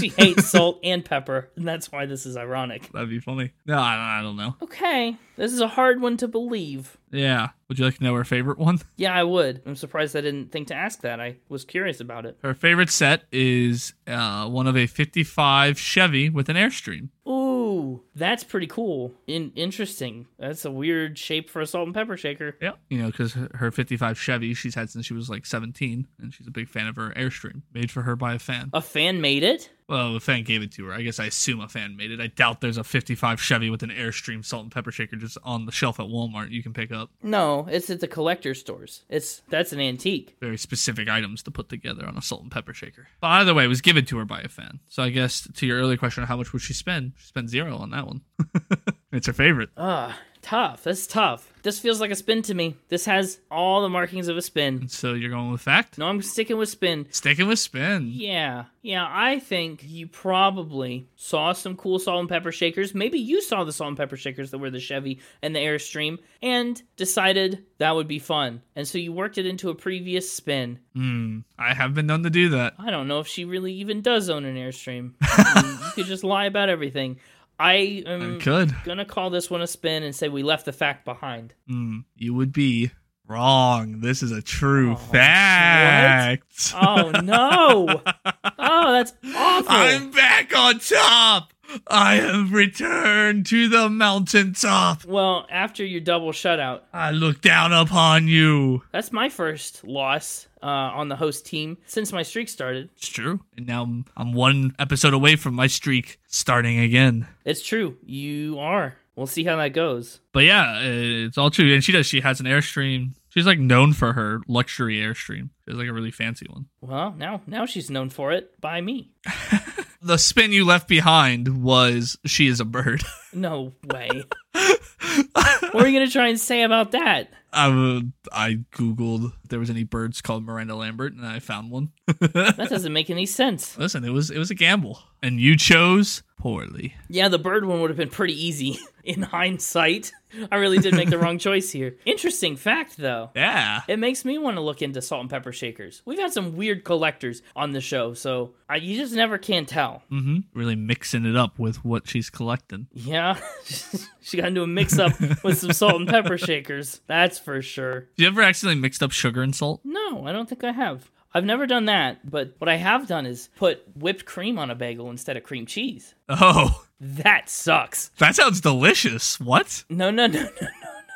Speaker 1: She hates salt and pepper, and that's why this is ironic.
Speaker 2: That'd be funny. No, I, I don't know.
Speaker 1: Okay, this is a hard one to believe.
Speaker 2: Yeah. Would you like to know her favorite one?
Speaker 1: Yeah, I would. I'm surprised I didn't think to ask that. I was curious about it.
Speaker 2: Her favorite set is uh, one of a '55 Chevy with an Airstream.
Speaker 1: Ooh, that's pretty cool. In- interesting. That's a weird shape for a salt and pepper shaker.
Speaker 2: Yeah. You know, because her 55 Chevy she's had since she was like 17, and she's a big fan of her Airstream, made for her by a fan.
Speaker 1: A fan made it?
Speaker 2: Well, a fan gave it to her. I guess I assume a fan made it. I doubt there's a 55 Chevy with an Airstream salt and pepper shaker just on the shelf at Walmart you can pick up.
Speaker 1: No, it's at the collector stores. It's that's an antique.
Speaker 2: Very specific items to put together on a salt and pepper shaker. But either way, it was given to her by a fan. So I guess to your earlier question, how much would she spend? She spent zero on that one. [laughs] It's her favorite.
Speaker 1: Ugh, Ah, tough. That's tough. This feels like a spin to me. This has all the markings of a spin.
Speaker 2: So you're going with fact?
Speaker 1: No, I'm sticking with spin.
Speaker 2: Sticking with spin.
Speaker 1: Yeah, yeah, I think you probably saw some cool salt and pepper shakers. Maybe you saw the salt and pepper shakers that were the Chevy and the Airstream and decided that would be fun. And so you worked it into a previous spin.
Speaker 2: Hmm. I have been known to do that.
Speaker 1: I don't know if she really even does own an Airstream. I mean, you could just lie about everything. I
Speaker 2: I
Speaker 1: am
Speaker 2: could.
Speaker 1: gonna call this one a spin and say we left the fact behind.
Speaker 2: Mm, you would be wrong. This is a true
Speaker 1: Oh,
Speaker 2: fact.
Speaker 1: Oh no! Oh, that's awful.
Speaker 2: I'm back on top. I have returned to the mountaintop.
Speaker 1: Well, after your double shutout,
Speaker 2: I look down upon you.
Speaker 1: that's my first loss uh, on the host team since my streak started.
Speaker 2: It's true. And now I'm, I'm one episode away from my streak starting again.
Speaker 1: It's true. You are. We'll see how that goes.
Speaker 2: But yeah, it's all true. And she does. She has an Airstream. She's like known for her luxury Airstream. She has like a really fancy one.
Speaker 1: Well, now now she's known for it by me.
Speaker 2: The spin you left behind was she is a bird. [laughs]
Speaker 1: No way. what are you gonna try and say about that?
Speaker 2: I, would- I googled if there was any birds called Miranda Lambert, and I
Speaker 1: [laughs]
Speaker 2: found one.
Speaker 1: That doesn't make any sense.
Speaker 2: Listen, it was it was a gamble, and you chose poorly.
Speaker 1: Yeah, the bird one would have been pretty easy [laughs] in hindsight. I really did make the wrong choice here. Interesting fact though.
Speaker 2: Yeah,
Speaker 1: It makes me want to look into salt and pepper shakers. We've had some weird collectors on the show, so I, you just never can tell.
Speaker 2: mm-hmm. really mixing it up with what she's collecting.
Speaker 1: Yeah, [laughs] she got into a mix up with some salt and pepper shakers. That's for sure.
Speaker 2: You ever accidentally mixed up sugar and salt?
Speaker 1: No, I don't think I have. I've never done that, but what I have done is put whipped cream on a bagel instead of cream cheese.
Speaker 2: Oh,
Speaker 1: That sucks.
Speaker 2: that sounds delicious. What?
Speaker 1: No, [laughs] no, no, no,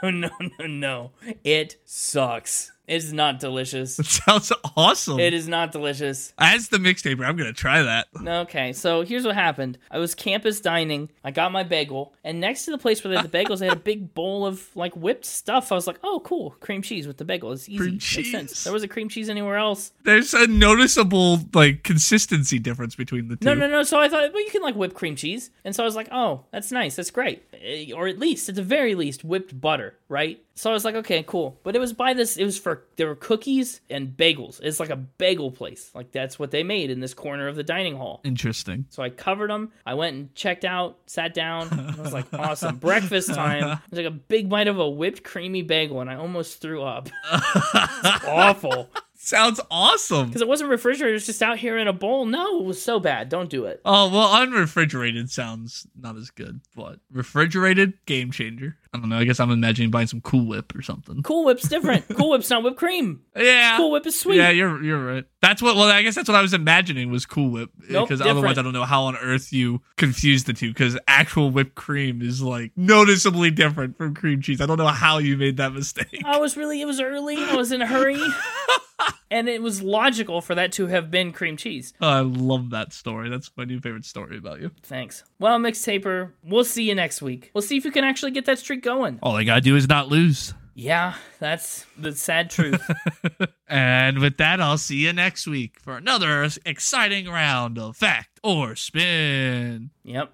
Speaker 1: no, no, no, no, no. It sucks. It's not delicious.
Speaker 2: It sounds awesome.
Speaker 1: It is not delicious.
Speaker 2: As the mixtaper, I'm gonna try that.
Speaker 1: Okay, so here's what happened. I was campus dining. I got my bagel, and next to the place where they had the bagels, they had a
Speaker 2: [laughs]
Speaker 1: big bowl of like whipped stuff. I was like, "Oh, cool, cream cheese with the bagel. It's easy.
Speaker 2: Cream
Speaker 1: Makes
Speaker 2: cheese.
Speaker 1: sense." There was a cream cheese anywhere else.
Speaker 2: There's a noticeable like consistency difference between the two.
Speaker 1: No, no, no. So I thought, well, you can like whip cream cheese, and so I was like, "Oh, that's nice. That's great." Eh, Or at least, at the very least, whipped butter, right? So I was like, "Okay, cool." But it was by this. It was for there were cookies and bagels. It's like a bagel place. Like that's what they made in this corner of the dining hall.
Speaker 2: Interesting.
Speaker 1: So I covered them. I went and checked out, sat down. I was like, awesome. Breakfast time. It was like a big bite of a whipped creamy bagel, and I almost threw up. It's awful.
Speaker 2: Sounds awesome.
Speaker 1: Because it wasn't refrigerated, it was just out here in a bowl. No, it was so bad. Don't do it.
Speaker 2: Oh well, unrefrigerated sounds not as good, but refrigerated game changer. I don't know. I guess I'm imagining buying some Cool Whip or something.
Speaker 1: Cool Whip's different. cool Whip's not whipped cream.
Speaker 2: Yeah,
Speaker 1: Cool Whip is sweet.
Speaker 2: yeah, you're you're right. That's what. Well, I guess that's what I was imagining was Cool Whip
Speaker 1: Nope,
Speaker 2: because otherwise
Speaker 1: different.
Speaker 2: I don't know how on earth you confuse the two because actual whipped cream is like noticeably different from cream cheese. I don't know how you made that mistake. [laughs]
Speaker 1: I was really, it was early. I was in a hurry. and it was logical for that to have been cream cheese.
Speaker 2: Oh, I love that story. That's my new favorite story about you.
Speaker 1: Thanks. Well, Mixtaper, we'll see you next week. We'll see if you can actually get that streak going.
Speaker 2: All I gotta do is not lose.
Speaker 1: Yeah, that's the sad truth.
Speaker 2: And with that, I'll see you next week for another exciting round of fact or spin.
Speaker 1: yep.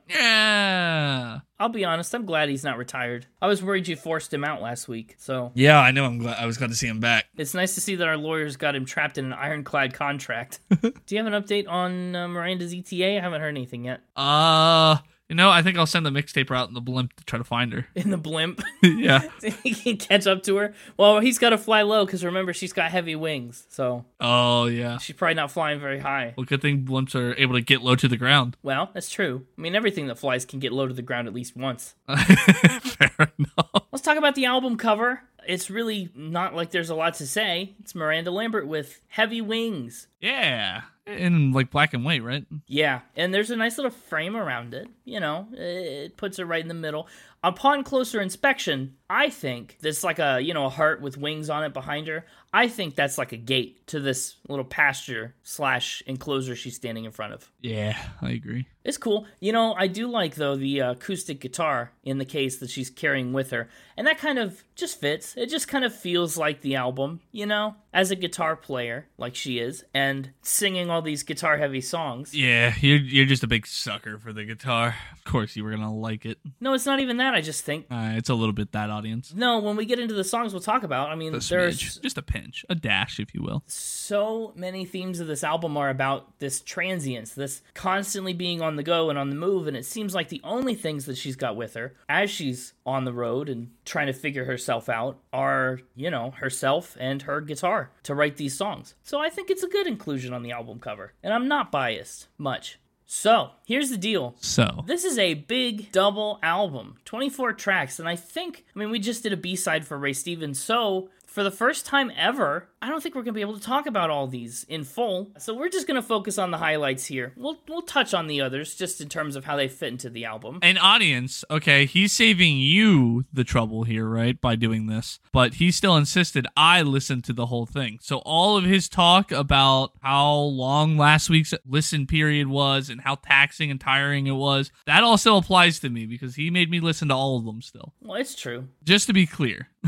Speaker 2: Yeah.
Speaker 1: I'll be honest, I'm glad he's not retired. I was worried you forced him out last week, so
Speaker 2: Yeah, I know. I'm glad. I was glad to see him back.
Speaker 1: it's nice to see that our lawyers got him trapped in an ironclad contract. Do you have an update on uh, Miranda's ETA? I haven't heard anything yet.
Speaker 2: Uh, you know, I think I'll send the mixtaper out in the blimp to try to find her. [laughs]
Speaker 1: In the blimp, [laughs]
Speaker 2: yeah.
Speaker 1: he can catch up to her. Well, he's got to fly low because remember she's got heavy wings, so
Speaker 2: Oh yeah.
Speaker 1: she's probably not flying very high.
Speaker 2: Well, good thing blimps are able to get low to the ground. [laughs]
Speaker 1: Well, that's true. I mean, everything that flies can get low to the ground at least once.
Speaker 2: Fair enough.
Speaker 1: Let's talk about the album cover. It's really not like there's a lot to say. It's Miranda Lambert with heavy wings.
Speaker 2: Yeah. In like black and white, right?
Speaker 1: Yeah, and there's a nice little frame around it. You know, it puts it right in the middle. Upon closer inspection, I think that's like a you know a heart with wings on it behind her. I think that's like a gate to this little pasture slash enclosure she's standing in front of.
Speaker 2: Yeah, I agree.
Speaker 1: It's cool. You know, I do like though the uh, acoustic guitar in the case that she's carrying with her, and that kind of just fits. It just kind of feels like the album, you know, as a guitar player like she is, and singing all these guitar heavy songs.
Speaker 2: Yeah, you're you're just a big sucker for the guitar. Of course, you were gonna like it.
Speaker 1: No, it's not even that. I just think
Speaker 2: Uh, it's a little bit that audience.
Speaker 1: no. When we get into the songs, we'll talk about. I mean,
Speaker 2: A
Speaker 1: there's
Speaker 2: smidge, just a pinch, a dash, if you will.
Speaker 1: so many themes of this album are about this transience, this constantly being on the go and on the move. And it seems like the only things that she's got with her as she's on the road and trying to figure herself out are, you know, herself and her guitar to write these songs. So I think it's a good inclusion on the album cover. And I'm not biased much. So here's the deal
Speaker 2: So
Speaker 1: this is a big double album, 24 tracks, and I think, I mean, we just did a B side for Ray Stevens, so for the first time ever, I don't think we're gonna be able to talk about all these in full. So we're just gonna focus on the highlights here. We'll we'll touch on the others just in terms of how they fit into the album.
Speaker 2: an audience, okay, he's saving you the trouble here, right, by doing this. But he still insisted I listen to the whole thing. So all of his talk about how long last week's listen period was and how taxing and tiring it was, that also applies to me because he made me listen to all of them still.
Speaker 1: Well, it's true.
Speaker 2: Just to be clear. [laughs]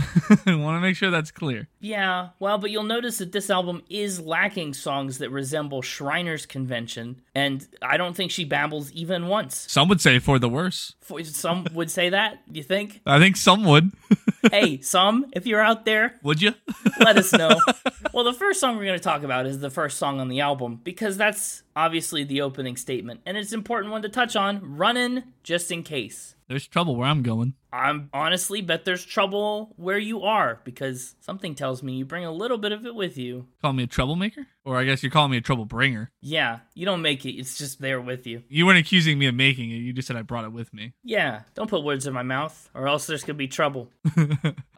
Speaker 2: I want to make sure that's clear.
Speaker 1: Yeah, well, but you'll notice that this album is lacking songs that resemble Shriner's Convention, and I don't think she babbles even once.
Speaker 2: Some would say for the worse.
Speaker 1: For- Some would say that, you think?
Speaker 2: I think some would.
Speaker 1: Hey, some, if you're out there,
Speaker 2: would you?
Speaker 1: let us know. [laughs] well, the first song we're going to talk about is the first song on the album because that's obviously the opening statement, and it's an important one to touch on. Runnin', just in case.
Speaker 2: [laughs] There's trouble where I'm going.
Speaker 1: I'm honestly bet there's trouble where you are because something tells me you bring a little bit of it with you.
Speaker 2: Call me a troublemaker? Or I guess you're calling me a trouble bringer.
Speaker 1: Yeah, you don't make it; it's just there with you.
Speaker 2: You weren't accusing me of making it. You just said I brought it with me.
Speaker 1: Yeah, don't put words in my mouth, or else there's gonna be trouble.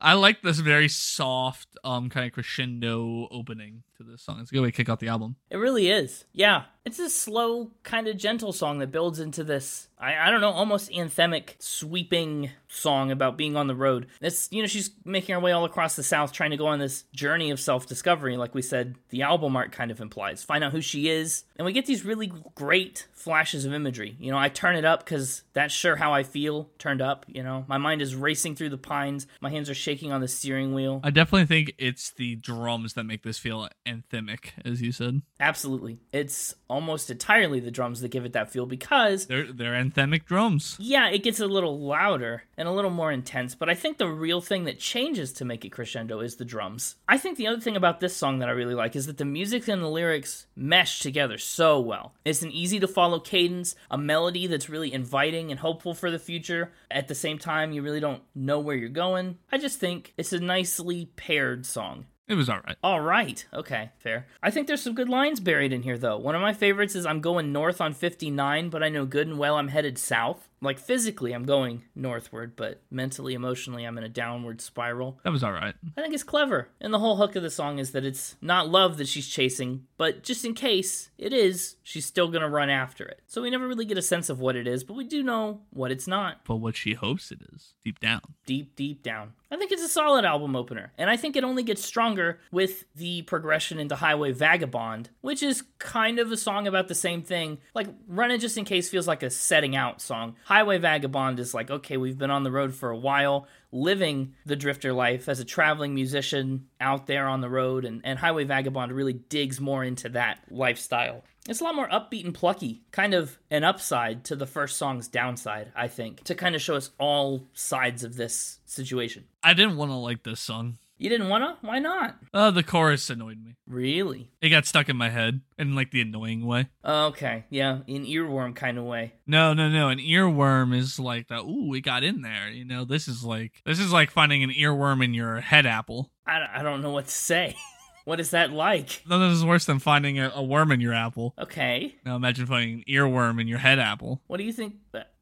Speaker 2: I like this very soft, um, kind of crescendo opening to this song. It's a good way to kick off the album.
Speaker 1: It really is. Yeah. It's a slow, kind of gentle song that builds into this, I, I don't know, almost anthemic, sweeping song about being on the road. It's, you know, she's making her way all across the South trying to go on this journey of self discovery, like we said, the album art kind of implies. Find out who she is. And we get these really great flashes of imagery. You know, I turn it up because that's sure how I feel turned up. You know, my mind is racing through the pines, my hands are shaking on the steering wheel.
Speaker 2: I definitely think it's the drums that make this feel anthemic, as you said.
Speaker 1: Absolutely. It's almost entirely the drums that give it that feel because
Speaker 2: They're they're anthemic drums.
Speaker 1: Yeah, it gets a little louder and a little more intense, but I think the real thing that changes to make it crescendo is the drums. I think the other thing about this song that I really like is that the music and the lyrics mesh together so well. It's an easy to follow cadence, a melody that's really inviting and hopeful for the future. At the same time, you really don't know where you're going. I just think it's a nicely paired song.
Speaker 2: It was all right.
Speaker 1: All right. Okay, fair. I think there's some good lines buried in here, though. One of my favorites is I'm going north on 59, but I know good and well I'm headed south. Like, physically, I'm going northward, but mentally, emotionally, I'm in a downward spiral.
Speaker 2: That was all right.
Speaker 1: I think it's clever. And the whole hook of the song is that it's not love that she's chasing, but just in case it is, she's still gonna run after it. So we never really get a sense of what it is, but we do know what it's not
Speaker 2: But what she hopes it is deep down.
Speaker 1: deep, deep down. I think it's a solid album opener, and I think it only gets stronger with the progression into Highway Vagabond, which is kind of a song about the same thing. Like, Run It Just In Case feels like a setting out song. Highway Vagabond is like, okay, we've been on the road for a while, living the drifter life as a traveling musician out there on the road, and, and Highway Vagabond really digs more into that lifestyle. It's a lot more upbeat and plucky, kind of an upside to the first song's downside, I think, to kind of show us all sides of this situation.
Speaker 2: I didn't want to like this song.
Speaker 1: You didn't wanna? Why not?
Speaker 2: Uh, the chorus annoyed me.
Speaker 1: Really?
Speaker 2: It got stuck in my head in like the annoying way.
Speaker 1: Okay, yeah, in earworm kind of way.
Speaker 2: No, no, no. An earworm is like the ooh, it got in there. You know, this is like this is like finding an earworm in your head apple.
Speaker 1: I, don't- I don't know what to say. [laughs] what is that like?
Speaker 2: Nothing is worse than finding a, a worm in your apple.
Speaker 1: Okay,
Speaker 2: Now imagine finding an earworm in your head apple.
Speaker 1: what do you think?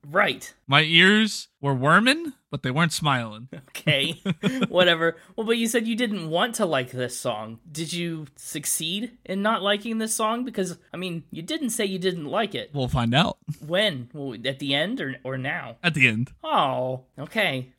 Speaker 1: Right.
Speaker 2: My ears were worming, but they weren't smiling.
Speaker 1: Okay. Whatever. Well, but you said you didn't want to like this song. Did you succeed in not liking this song? Because, I mean, you didn't say you didn't like it.
Speaker 2: We'll find out
Speaker 1: When? Well, at the end or, or now?
Speaker 2: at the end.
Speaker 1: Oh, okay.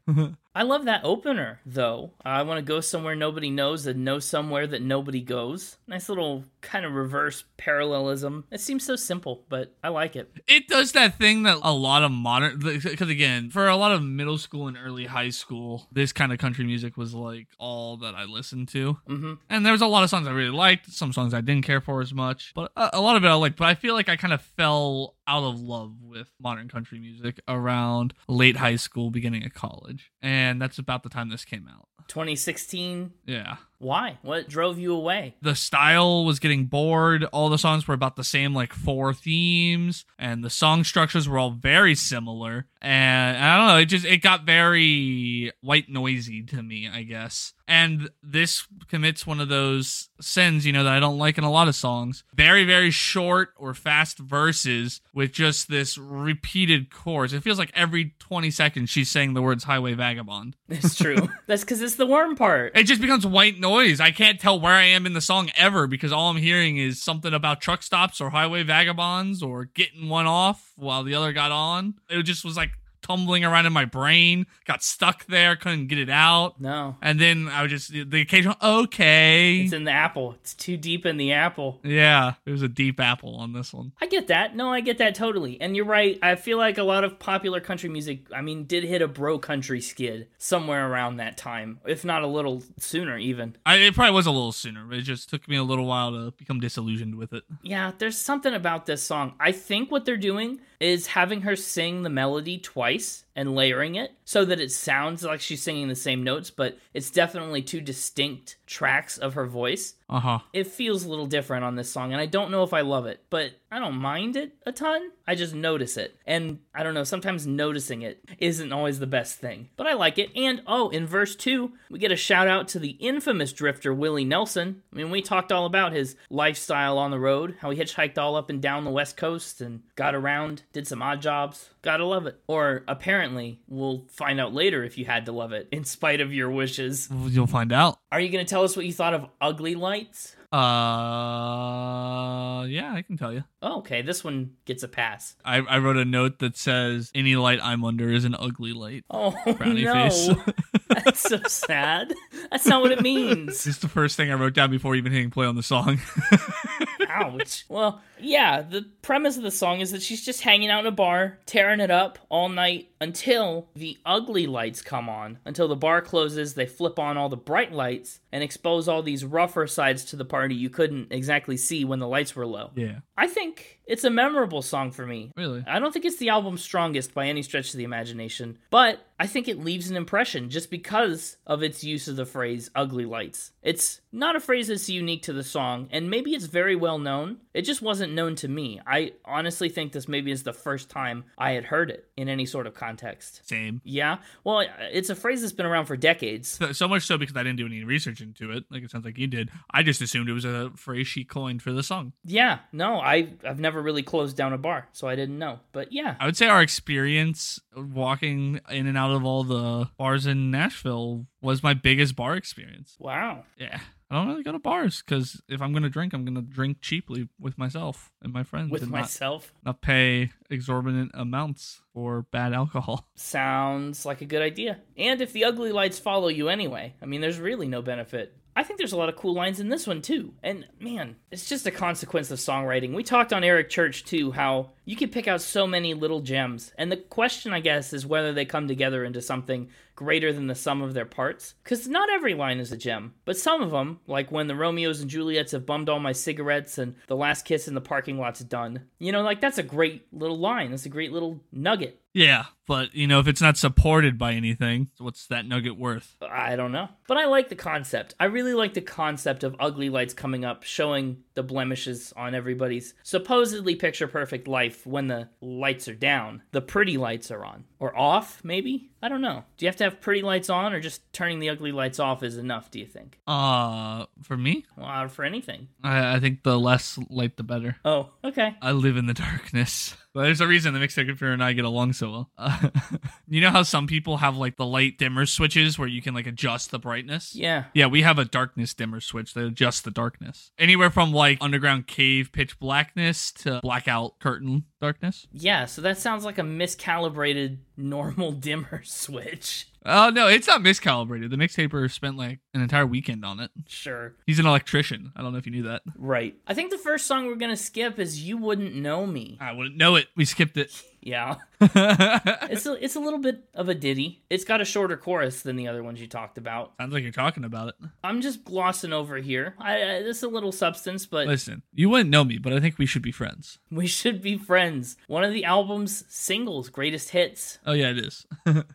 Speaker 1: I love that opener, though. I want to go somewhere nobody knows and know somewhere that nobody goes. Nice little kind of reverse parallelism. It seems so simple, but I like it.
Speaker 2: It does that thing that a lot of modern, because again, for a lot of middle school and early high school, this kind of country music was like all that I listened to.
Speaker 1: Mm-hmm.
Speaker 2: And there was a lot of songs I really liked, some songs I didn't care for as much, but a, a lot of it I liked. But I feel like I kind of fell out of love with modern country music around late high school, beginning of college. And that's about the time this came out.
Speaker 1: 2016.
Speaker 2: Yeah.
Speaker 1: Why? What drove you away?
Speaker 2: the style was getting bored. All the songs were about the same, like four themes, and the song structures were all very similar. And I don't know, it just it got very white noisy to me, I guess. And this commits one of those sins, you know, that I don't like in a lot of songs. Very, very short or fast verses with just this repeated chorus. It feels like every 20 seconds she's saying the words highway vagabond.
Speaker 1: It's true. That's because it's the worm part.
Speaker 2: It just becomes white noise. I can't tell where I am in the song ever because all I'm hearing is something about truck stops or highway vagabonds or getting one off while the other got on. It just was like tumbling around in my brain, got stuck there, couldn't get it out.
Speaker 1: No.
Speaker 2: And then I would just, the occasional, okay.
Speaker 1: It's in the apple. It's too deep in the apple.
Speaker 2: yeah, it was a deep apple on this one.
Speaker 1: I get that. No, I get that totally. And you're right. I feel like a lot of popular country music, I mean, did hit a bro country skid somewhere around that time, if not a little sooner, even.
Speaker 2: I, it probably was a little sooner, but it just took me a little while to become disillusioned with it.
Speaker 1: Yeah, there's something about this song. I think what they're doing is having her sing the melody twice and layering it so that it sounds like she's singing the same notes, but it's definitely two distinct tracks of her voice.
Speaker 2: Uh huh.
Speaker 1: It feels a little different on this song, and I don't know if I love it, but I don't mind it a ton. I just notice it. And I don't know, sometimes noticing it isn't always the best thing, but I like it. And oh, in verse 2, we get a shout out to the infamous drifter Willie Nelson. I mean, we talked all about his lifestyle on the road, how he hitchhiked all up and down the West Coast and got around, did some odd jobs. Gotta love it. Or apparently, we'll find out later if you had to love it, in spite of your wishes.
Speaker 2: You'll find out.
Speaker 1: Are you gonna tell us what you thought of Ugly Lights?
Speaker 2: Uh, yeah, I can tell you.
Speaker 1: Oh, okay, this one gets a pass.
Speaker 2: I, I wrote a note that says any light I'm under is an
Speaker 1: [laughs]
Speaker 2: ugly light.
Speaker 1: Oh
Speaker 2: Brownie
Speaker 1: no, [laughs]
Speaker 2: face. [laughs]
Speaker 1: that's so sad. That's not what it means.
Speaker 2: It's the first thing I wrote down before even hitting play on the song. [laughs]
Speaker 1: Ouch. Well, yeah, the premise of the song is that she's just hanging out in a bar, tearing it up all night until the ugly lights come on. Until the bar closes, they flip on all the bright lights and expose all these rougher sides to the party you couldn't exactly see when the lights were low.
Speaker 2: yeah.
Speaker 1: I think it's a memorable song for me.
Speaker 2: Really?
Speaker 1: I don't think it's the album's strongest by any stretch of the imagination, but I think it leaves an impression just because of its use of the phrase ugly lights. It's not a phrase that's unique to the song, and maybe it's very well known. It just wasn't known to me. I honestly think this maybe is the first time I had heard it in any sort of context.
Speaker 2: Same.
Speaker 1: Yeah? Well, it's a phrase that's been around for decades.
Speaker 2: So, so much so because I didn't do any research into it, like it sounds like you did. I just assumed it was a phrase she coined for the song.
Speaker 1: Yeah, no, I, I've never really closed down a bar, so I didn't know. But yeah.
Speaker 2: I would say our experience walking in and out of all the bars in Nashville was my biggest bar experience.
Speaker 1: Wow.
Speaker 2: Yeah. I don't really go to bars because if I'm going to drink, I'm going to drink cheaply with myself and my friends
Speaker 1: With
Speaker 2: and not,
Speaker 1: myself.
Speaker 2: not pay exorbitant amounts for bad alcohol. [laughs]
Speaker 1: Sounds like a good idea. And if the ugly lights follow you anyway, I mean, there's really no benefit. I think there's a lot of cool lines in this one, too. And man, it's just a consequence of songwriting. We talked on Eric Church, too, how you can pick out so many little gems. And the question, I guess, is whether they come together into something greater than the sum of their parts. Because not every line is a gem, but some of them, like when the Romeos and Juliets have bummed all my cigarettes and the last kiss in the parking lot's done, you know, like that's a great little line. That's a great little nugget.
Speaker 2: Yeah, But you know, if it's not supported by anything, what's that nugget worth?
Speaker 1: I don't know. But I like the concept. I really like the concept of ugly lights coming up, showing the blemishes on everybody's supposedly picture perfect life when the lights are down. The pretty lights are on. Or off, maybe? I don't know. Do you have to have pretty lights on, or just turning the ugly lights off is enough, do you think?
Speaker 2: Uh, for me,
Speaker 1: Well, for anything.
Speaker 2: I, I think the less light, the better.
Speaker 1: Oh, okay.
Speaker 2: I live in the [laughs] darkness. But there's a reason the mixed computer and I get along so well. [laughs] Uh, you know how some people have like the light dimmer switches where you can like adjust the brightness?
Speaker 1: Yeah.
Speaker 2: Yeah, we have a darkness dimmer switch that adjusts the darkness. Anywhere from like underground cave pitch blackness to blackout curtain darkness.
Speaker 1: Yeah, so that sounds like a miscalibrated [laughs] normal dimmer [laughs] switch.
Speaker 2: Oh no, it's not miscalibrated. The mixtaper spent like an entire weekend on it.
Speaker 1: Sure.
Speaker 2: He's an electrician. I don't know if you knew that.
Speaker 1: Right. I think the first song we're going to skip is You Wouldn't Know Me.
Speaker 2: I wouldn't know it. We skipped it.
Speaker 1: Yeah. It's a, it's a little bit of a ditty. It's got a shorter chorus than the other ones you talked about.
Speaker 2: Sounds like you're talking about it.
Speaker 1: I'm just glossing over here. I, I, this is a little substance, but
Speaker 2: Listen, you wouldn't know me, but I think we should be friends.
Speaker 1: [laughs] we should be friends. One of the album's singles, greatest hits.
Speaker 2: Oh yeah, it is.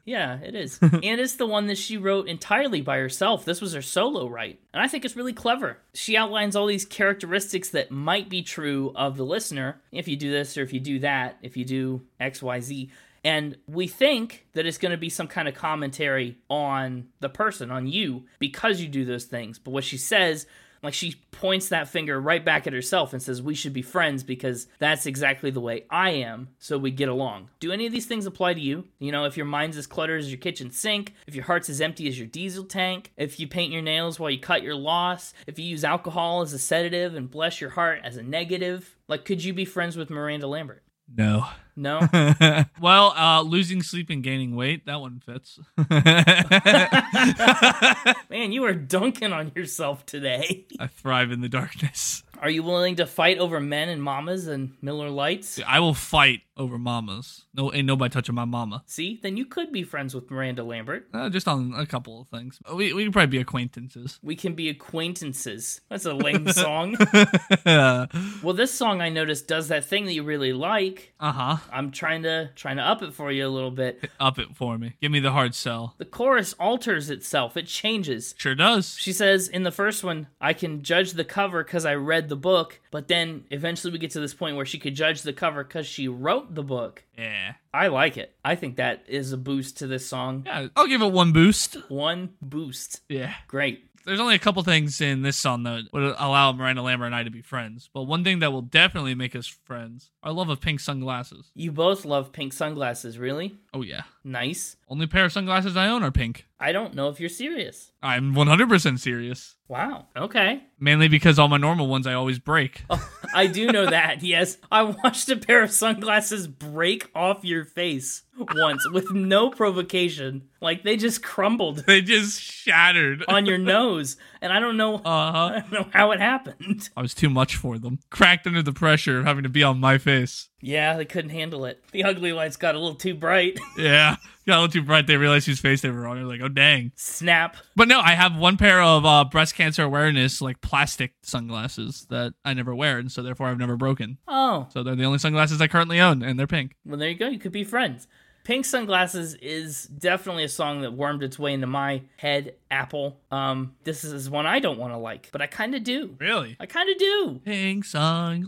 Speaker 1: Yeah, it is. and it's the one that she wrote entirely by herself. This was her solo write. And I think it's really clever. She outlines all these characteristics that might be true of the listener if you do this or if you do that, if you do XYZ. And we think that it's going to be some kind of commentary on the person, on you, because you do those things. But what she says, like she points that finger right back at herself and says, We should be friends because that's exactly the way I am, so we get along. Do any of these things apply to you? You know, if your mind's as cluttered as your kitchen sink, if your heart's as empty as your diesel tank, if you paint your nails while you cut your loss, if you use alcohol as a sedative and bless your heart as a negative, like, could you be friends with Miranda Lambert?
Speaker 2: No.
Speaker 1: No?
Speaker 2: [laughs] well, uh, losing sleep and gaining weight, that one fits. I
Speaker 1: Man, you are dunking on yourself today. [laughs]
Speaker 2: thrive in the darkness.
Speaker 1: Are you willing to fight over men and mamas and Miller Lights?
Speaker 2: I will fight over mamas. No, ain't nobody touching my mama.
Speaker 1: See, then you could be friends with Miranda Lambert.
Speaker 2: Uh, just on a couple of things. We we could probably be acquaintances.
Speaker 1: We can be acquaintances. That's a lame song.
Speaker 2: uh
Speaker 1: Well, this song I noticed does that thing that you really like.
Speaker 2: huh.
Speaker 1: I'm trying to trying to up it for you a little bit.
Speaker 2: Up it for me. Give me the hard sell.
Speaker 1: The chorus alters itself. It changes.
Speaker 2: Sure does.
Speaker 1: She says in the first one, I can judge the cover because I read the book, but then eventually we get to this point where she could judge the cover because she wrote the book.
Speaker 2: Yeah.
Speaker 1: I like it. I think that is a boost to this song.
Speaker 2: Yeah. I'll give it one boost.
Speaker 1: One boost.
Speaker 2: Yeah.
Speaker 1: Great.
Speaker 2: There's only a couple things in this song that would allow Miranda Lambert and I to be friends. But one thing that will definitely make us friends, our love of pink sunglasses.
Speaker 1: You both love pink sunglasses, really?
Speaker 2: Oh yeah.
Speaker 1: Nice.
Speaker 2: Only pair of sunglasses I own are pink.
Speaker 1: I don't know if you're serious.
Speaker 2: I'm 100% serious.
Speaker 1: Wow. Okay.
Speaker 2: Mainly because all my normal ones I always break. [laughs]
Speaker 1: [laughs] I do know that. Yes. I watched a pair of sunglasses break off your face once with no provocation. Like they just crumbled
Speaker 2: they just shattered.
Speaker 1: on your nose. And I don't know
Speaker 2: Uh huh.
Speaker 1: I don't know how it happened.
Speaker 2: I was too much for them. Cracked under the pressure of having to be on my face.
Speaker 1: Yeah, they couldn't handle it. The ugly lights got a little too bright. [laughs]
Speaker 2: Yeah. [laughs] Got a little too bright. They realized whose face they were on. They're like, oh, dang.
Speaker 1: Snap.
Speaker 2: But no, I have one pair of uh, breast cancer awareness, like plastic sunglasses that I never wear. And so therefore I've never broken.
Speaker 1: Oh.
Speaker 2: So they're the only sunglasses I currently own. And they're pink.
Speaker 1: Well, there you go. You could be friends. Pink Sunglasses is definitely a song that wormed its way into my head apple. Um, this is one I don't want to like, but I kind of do.
Speaker 2: Really?
Speaker 1: I kind of do.
Speaker 2: Pink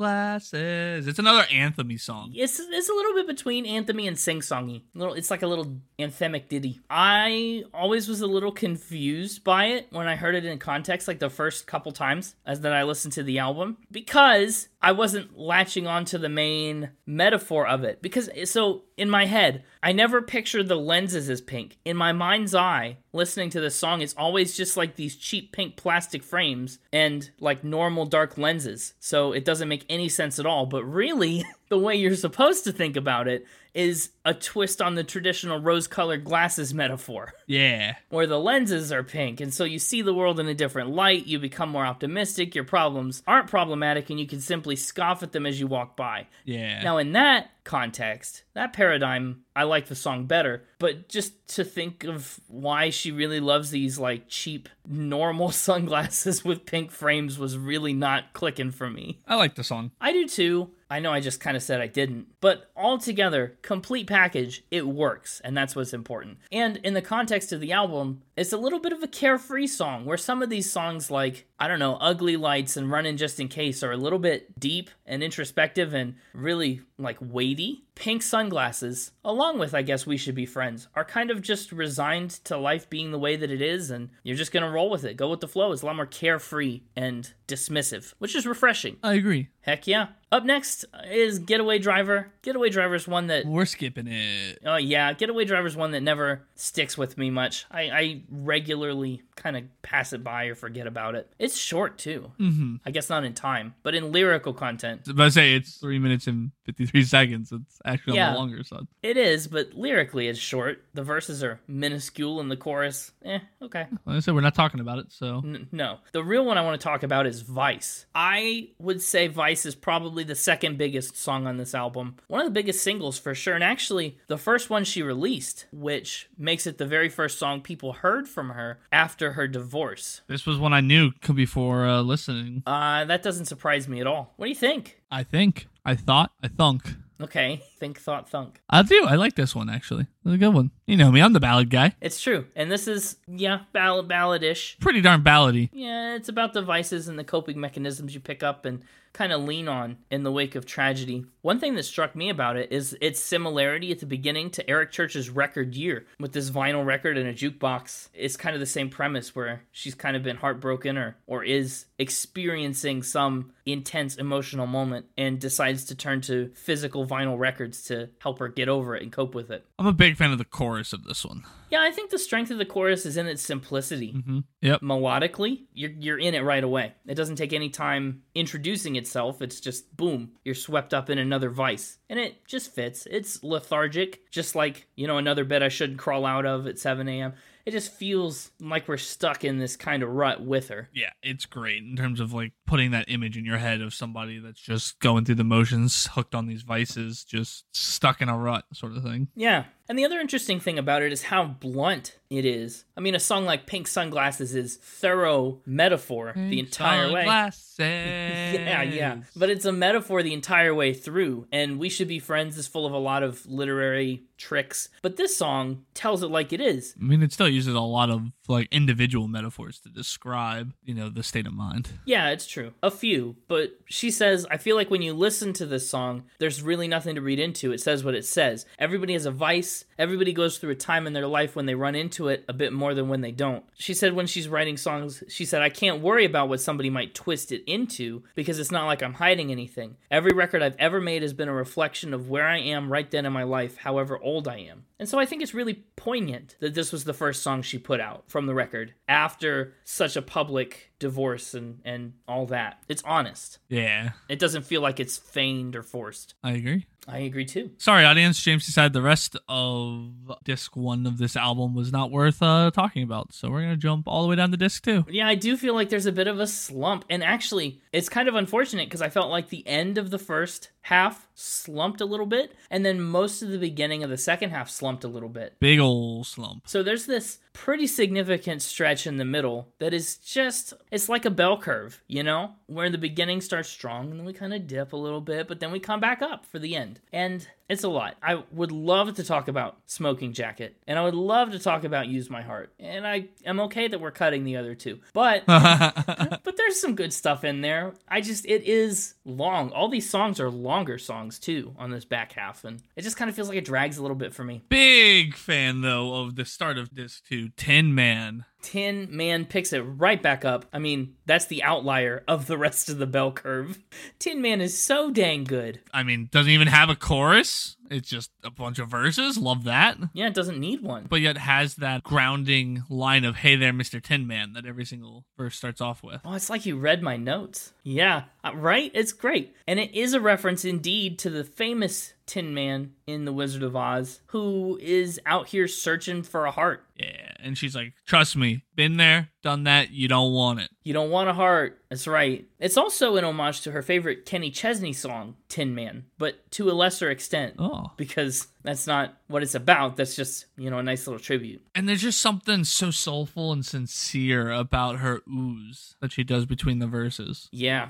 Speaker 2: sunglasses. It's another anthemy song.
Speaker 1: It's it's a little bit between anthemy and sing songy. Little, it's like a little anthemic ditty. I always was a little confused by it when I heard it in context, like the first couple times as that I listened to the album, because I wasn't latching onto the main metaphor of it. Because so in my head, I never pictured the lenses as pink. In my mind's eye, listening to this song, it's always just like these cheap pink plastic frames and like normal dark lenses. So it doesn't make any sense at all. But really, [laughs] the way you're supposed to think about it is a twist on the traditional rose colored glasses metaphor, [laughs]
Speaker 2: Yeah.
Speaker 1: where the lenses are pink. And so you see the world in a different light, you become more optimistic, your problems aren't problematic, and you can simply scoff at them as you walk by.
Speaker 2: Yeah.
Speaker 1: Now, in that context, that paradigm, I like the song better. But just to think of why she really loves these like cheap normal [laughs] sunglasses with pink frames was really not clicking for me.
Speaker 2: I like the song.
Speaker 1: I do too. I know I just kind of said I didn't, but altogether, complete package, it works, and that's what's important. And in the context of the album, it's a little bit of a carefree song where some of these songs, like, I don't know, Ugly Lights and Runnin' Just in Case, are a little bit deep and introspective and really, like, weighty. Pink Sunglasses, along with I Guess We Should Be Friends, are kind of just resigned to life being the way that it is, and you're just gonna roll with it, go with the flow. It's a lot more carefree and dismissive, which is refreshing.
Speaker 2: I agree.
Speaker 1: Heck yeah. Up next is Getaway Driver. Getaway Driver is one that,
Speaker 2: We're skipping it.
Speaker 1: oh yeah, Getaway Driver is one that never sticks with me much. I, I regularly kind of pass it by or forget about it. It's short too. Mm-hmm. I guess not in time, but in lyrical content,
Speaker 2: But I say it's three minutes and fifty three seconds. It's actually on
Speaker 1: Yeah.
Speaker 2: the longer side.
Speaker 1: it is, but lyrically it's short. The verses are minuscule and the chorus, eh, okay.
Speaker 2: Like I said, we're not talking about it, so
Speaker 1: N- [laughs] no. The real one I want to talk about is Vice. I would say Vice is probably the second biggest song on this album. One of the biggest singles for sure, and actually the first one she released, which makes it the very first song people heard from her after her divorce.
Speaker 2: this was one I knew c- before uh, listening.
Speaker 1: Uh, that doesn't surprise me at all. What do you think?
Speaker 2: I think. I thought. I thunk.
Speaker 1: Okay, [laughs] think, thought, thunk.
Speaker 2: I do. I like this one actually. It's a good one. You know me. I'm the ballad guy.
Speaker 1: It's true. And this is, yeah, ballad, balladish.
Speaker 2: Pretty darn ballady.
Speaker 1: Yeah, it's about the vices and the coping mechanisms you pick up and kind of lean on in the wake of tragedy. One thing that struck me about it is its similarity at the beginning to Eric Church's record year with this vinyl record and a jukebox. It's kind of the same premise where she's kind of been heartbroken or or is experiencing some intense emotional moment and decides to turn to physical vinyl records to help her get over it and cope with it.
Speaker 2: I'm a big fan of the chorus of this one.
Speaker 1: Yeah, I think the strength of the chorus is in its simplicity
Speaker 2: Yep.
Speaker 1: melodically, you're you're in it right away. It doesn't take any time introducing itself. It's just boom, you're swept up in another vice, and it just fits. It's lethargic, just like you know another bed I shouldn't crawl out of at 7 a.m. It just feels like we're stuck in this kind of rut with her.
Speaker 2: Yeah, it's great in terms of like putting that image in your head of somebody that's just going through the motions, hooked on these vices, just stuck in a rut sort of thing.
Speaker 1: Yeah. And the other interesting thing about it is how blunt it is. I mean, a song like Pink Sunglasses is thorough metaphor the entire way. [laughs] Yeah, yeah. But it's a metaphor the entire way through, and We Should Be Friends is full of a lot of literary tricks, but this song tells it like it is.
Speaker 2: I mean, it still uses a lot of like individual metaphors to describe, you know, the state of mind.
Speaker 1: Yeah, it's true. A few, but she says, I feel like when you listen to this song, there's really nothing to read into. It says what it says. Everybody has a vice. Everybody goes through a time in their life when they run into it a bit more than when they don't. She said when she's writing songs, she said, I can't worry about what somebody might twist it into because it's not like I'm hiding anything. Every record I've ever made has been a reflection of where I am right then in my life, however old I am. And so I think it's really poignant that this was the first song she put out from the record after such a public divorce and, and all that. It's honest.
Speaker 2: Yeah,
Speaker 1: It doesn't feel like it's feigned or forced.
Speaker 2: I agree.
Speaker 1: I agree too.
Speaker 2: Sorry, audience. James decided the rest of disc one of this album was not worth uh, talking about, so we're gonna jump all the way down to disc two.
Speaker 1: Yeah, I do feel like there's a bit of a slump. And actually, it's kind of unfortunate because I felt like the end of the first half slumped a little bit, and then most of the beginning of the second half slumped a little bit.
Speaker 2: Big ol' slump.
Speaker 1: So there's this pretty significant stretch in the middle that is just it's like a bell curve, you know, where the beginning starts strong and then we kind of dip a little bit, but then we come back up for the end. And it's a lot. I would love to talk about Smoking Jacket and I would love to talk about Use My Heart. And I am okay that we're cutting the other two. But but there's some good stuff in there. I just it is long. All these songs are longer songs too on this back half and it just kind of feels like it drags a little bit for me.
Speaker 2: Big fan though of the start of disc two, Tin Man.
Speaker 1: Tin Man picks it right back up. I mean, that's the outlier of the rest of the bell curve. Tin Man is so dang good.
Speaker 2: I mean, doesn't even have a chorus. It's just a bunch of verses. Love that.
Speaker 1: Yeah, it doesn't need one.
Speaker 2: But yet has that grounding line of "Hey there, Mister Tin Man" that every single verse starts off with.
Speaker 1: Oh, it's like you read my notes. Yeah, uh, right? It's great. And it is a reference indeed to the famous Tin Man in The Wizard of Oz who is out here searching for a heart.
Speaker 2: Yeah, and she's like, "Trust me, been there, done that. You don't want it."
Speaker 1: You don't want a heart. That's right. It's also an homage to her favorite Kenny Chesney song, Tin Man, but to a lesser extent.
Speaker 2: Oh.
Speaker 1: Because that's not what it's about. That's just, you know, a nice little tribute.
Speaker 2: And there's just something so soulful and sincere about her oohs that she does between the verses.
Speaker 1: Yeah.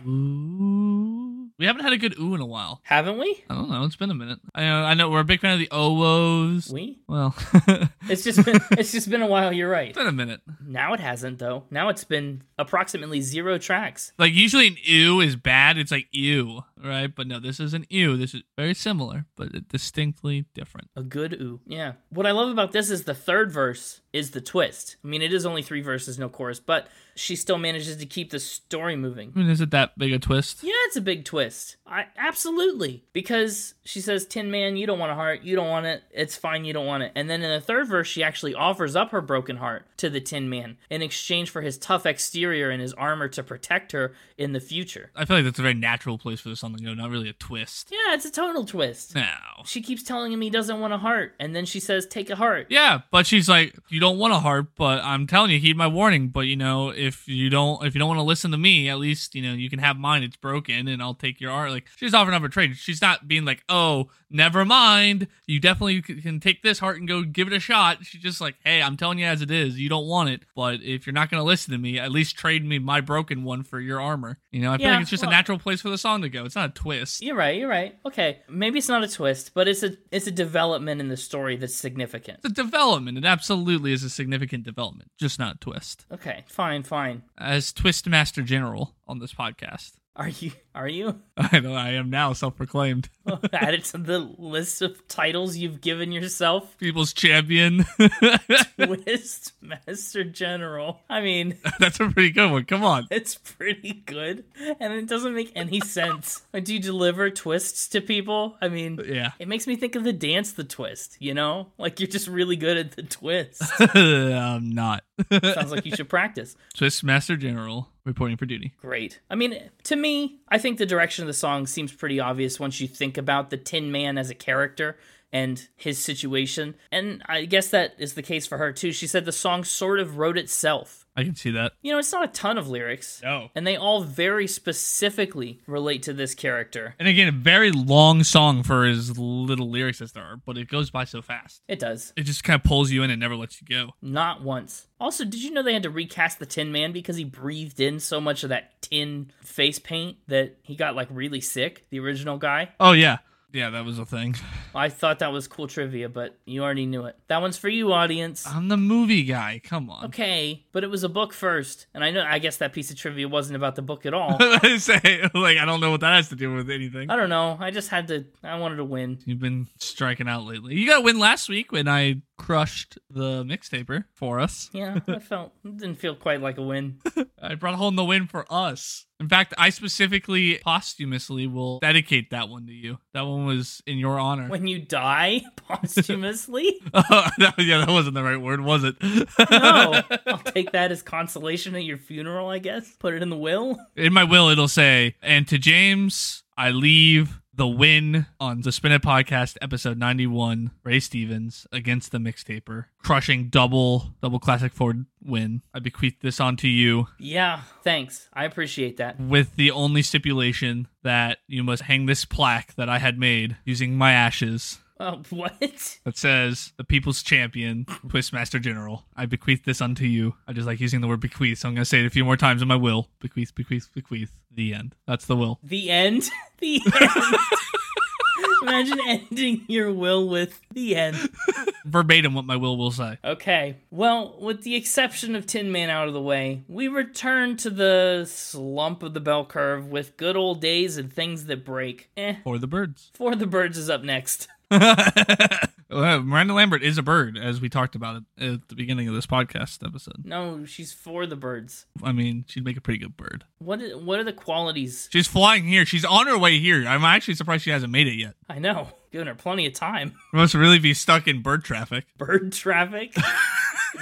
Speaker 2: Ooh. We haven't had a good ooh in a while.
Speaker 1: Haven't we?
Speaker 2: I don't know. It's been a minute. I know, I know we're a big fan of the OOs.
Speaker 1: We?
Speaker 2: Well, [laughs]
Speaker 1: It's
Speaker 2: it's
Speaker 1: just been it's just been a while, you're right.
Speaker 2: been a minute.
Speaker 1: Now it hasn't though. Now it's been approximately zero tracks.
Speaker 2: Like usually an ew is bad. It's like ew, right? But no, this is an ew. This is very similar, but distinctly different.
Speaker 1: A good ooh. Yeah. What I love about this is the third verse is the twist. I mean, it is only three verses, no chorus, but she still manages to keep the story moving.
Speaker 2: I mean, is it that big a twist?
Speaker 1: Yeah, it's a big twist. I absolutely because she says, "Tin Man, you don't want a heart. You don't want it. It's fine. You don't want it." And then in the third verse, she actually offers up her broken heart to the Tin Man in exchange for his tough exterior and his armor to protect her in the future.
Speaker 2: I feel like that's a very natural place for this song to go. Not really a twist.
Speaker 1: Yeah, it's a total twist.
Speaker 2: No.
Speaker 1: She keeps telling him he doesn't want a heart, and then she says, "Take a heart."
Speaker 2: Yeah, but she's like, you don't want a heart, but I'm telling you, heed my warning. But you know, if you don't, if you don't want to listen to me, at least you know you can have mine. It's broken, and I'll take your heart. Like she's offering up a trade. She's not being like, oh, never mind. You definitely c- can take this heart and go give it a shot. She's just like, hey, I'm telling you as it is. You don't want it, but if you're not going to listen to me, at least trade me my broken one for your armor. You know, I feel
Speaker 1: Yeah,
Speaker 2: like it's just
Speaker 1: well-
Speaker 2: a natural place for the song to go. It's not a twist.
Speaker 1: You're right. You're right. Okay, maybe it's not a twist, but it's a it's a development in the story that's significant.
Speaker 2: [laughs] It's a development. It absolutely is a significant development, just not a twist.
Speaker 1: Okay, fine, fine.
Speaker 2: as Twist Master General on this podcast. [laughs]
Speaker 1: Are you are you
Speaker 2: I know I am now self-proclaimed [laughs]
Speaker 1: [laughs] added to the list of titles you've given
Speaker 2: [laughs]
Speaker 1: yourself?
Speaker 2: people's champion. [laughs]
Speaker 1: Twist Master General. I mean, [laughs]
Speaker 2: That's a pretty good one. Come on.
Speaker 1: it's pretty good, and it doesn't make any sense. Like, do you deliver twists to people? I mean,
Speaker 2: Yeah. [laughs]
Speaker 1: it makes me think of the dance, the twist. You know, like you're just really good at the twist.
Speaker 2: I'm not. [laughs]
Speaker 1: Sounds like you should practice.
Speaker 2: Twist Master General reporting for duty.
Speaker 1: Great. I mean, to me, I think the direction of the song seems pretty obvious once you think about the Tin Man as a character and his situation. And I guess that is the case for her, too. She said the song sort of wrote itself.
Speaker 2: I can see that.
Speaker 1: You know, it's not a ton of lyrics.
Speaker 2: No.
Speaker 1: And they all very specifically relate to this character.
Speaker 2: And again, a very long song for as little lyrics as there are, but it goes by so fast.
Speaker 1: It does.
Speaker 2: It just kind of pulls you in and never lets you go.
Speaker 1: Not once. Also, did you know they had to recast the Tin Man because he breathed in so much of that tin face paint that he got like really sick, the original guy?
Speaker 2: Oh yeah. Yeah, that was a thing. [laughs]
Speaker 1: I thought that was cool trivia, but you already knew it. That one's for you, audience.
Speaker 2: I'm the movie guy. Come on. [laughs]
Speaker 1: Okay, but it was a book first, and I know I guess that piece of trivia wasn't about the book at all.
Speaker 2: I say like I don't know what that has to do with anything.
Speaker 1: I don't know. I just had to. I wanted to win.
Speaker 2: You've been striking out lately. You got a win last week when I crushed the mixtaper for us.
Speaker 1: Yeah, I felt it didn't feel quite like a win.
Speaker 2: I brought home the win for us. In fact, I specifically posthumously will dedicate that one to you. That one was in your honor.
Speaker 1: When you die [laughs] posthumously,
Speaker 2: [laughs] That- yeah, that wasn't the right word, was it? [laughs]
Speaker 1: no, I'll take that as consolation at your funeral. I guess put it in the will.
Speaker 2: in my will, it'll say, and to James, I leave the win on the Spin It Podcast, episode 91, Ray Stevens against the mixtaper, crushing double, double classic Ford win. I bequeath this onto you.
Speaker 1: Yeah, thanks. I appreciate that.
Speaker 2: with the only stipulation that you must hang this plaque that I had made using my ashes
Speaker 1: Oh, what?
Speaker 2: that says the people's champion twistmaster general i bequeath this unto you i just like using the word bequeath so i'm going to say it a few more times in my will bequeath bequeath bequeath the end that's the will
Speaker 1: The end. [laughs] The end. Imagine ending your will with the end.
Speaker 2: verbatim what my will will say
Speaker 1: Okay. Well, with the exception of Tin Man out of the way, we return to the slump of the bell curve with good old days and things that break. Eh.
Speaker 2: for the birds [laughs]
Speaker 1: For the Birds is up next. [laughs]
Speaker 2: Well, miranda lambert is a bird as we talked about it at the beginning of this podcast episode
Speaker 1: No, she's for the Birds.
Speaker 2: i mean she'd make a pretty good bird
Speaker 1: What i- what are the qualities?
Speaker 2: she's flying here she's on her way here i'm actually surprised she hasn't made it yet
Speaker 1: I know. Giving her plenty of time. [laughs]
Speaker 2: We must really be stuck in bird traffic.
Speaker 1: Bird traffic.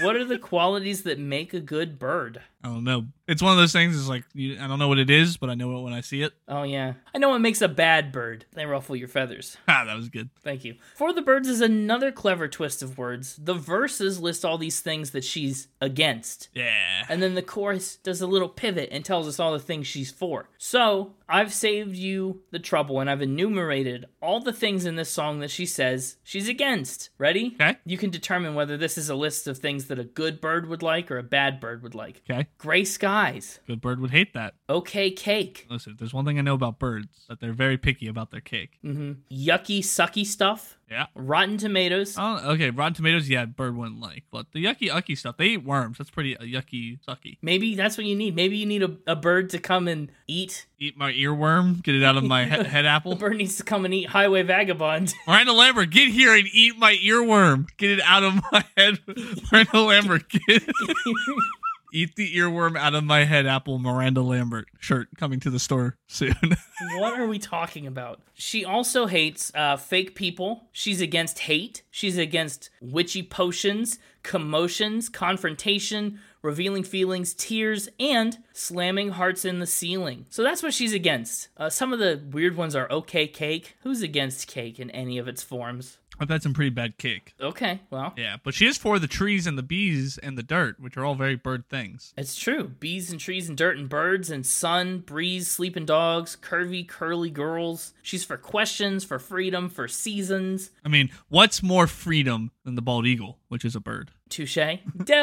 Speaker 1: what are the qualities that make a good bird?
Speaker 2: I don't know. It's one of those things. It's like you, I don't know what it is, but I know it when I see it. [laughs]
Speaker 1: Oh, yeah. I know what makes a bad bird. They ruffle your feathers.
Speaker 2: Ah, that was good.
Speaker 1: Thank you. For the Birds is another clever twist of words. The verses list all these things that she's against.
Speaker 2: Yeah.
Speaker 1: And then the chorus does a little pivot and tells us all the things she's for. So, I've saved you the trouble and I've enumerated all the things in this song that she says she's against. Ready?
Speaker 2: Okay.
Speaker 1: You can determine whether this is a list of things that a good bird would like or a bad bird would like.
Speaker 2: Okay.
Speaker 1: Gray skies,
Speaker 2: Good bird would hate that.
Speaker 1: okay cake,
Speaker 2: Listen, if there's one thing I know about birds that they're very picky about their cake.
Speaker 1: Mm-hmm. yucky sucky stuff,
Speaker 2: Yeah.
Speaker 1: rotten tomatoes.
Speaker 2: I don't, okay, Rotten Tomatoes, yeah, bird wouldn't like, but the yucky ucky stuff, they eat worms. That's pretty uh, yucky sucky.
Speaker 1: Maybe that's what you need. Maybe you need a, a bird to come and eat.
Speaker 2: Eat my earworm, get it out of my he- head
Speaker 1: A [laughs]
Speaker 2: apple.
Speaker 1: bird needs to come and eat Highway Vagabond. [laughs]
Speaker 2: Miranda Lambert, get here and eat my earworm. Get it out of my head. [laughs] Miranda Lambert, get [laughs] Eat the earworm out of my head apple Miranda Lambert shirt coming to the store soon. [laughs]
Speaker 1: what are we talking about? She also hates uh, fake people. She's against hate. She's against witchy potions, commotions, confrontation, revealing feelings, tears, and slamming hearts in the ceiling. So that's what she's against. Uh, some of the weird ones are okay cake. Who's against cake in any of its forms?
Speaker 2: I've had some pretty bad cake.
Speaker 1: Okay, well,
Speaker 2: Yeah, but she is for the trees and the bees and the dirt, which are all very bird things.
Speaker 1: It's true. Bees and trees and dirt and birds and sun, breeze, sleeping dogs, curvy, curly girls. She's for questions, for freedom, for seasons.
Speaker 2: I mean, what's more freedom than the bald eagle, which is a bird?
Speaker 1: Touche.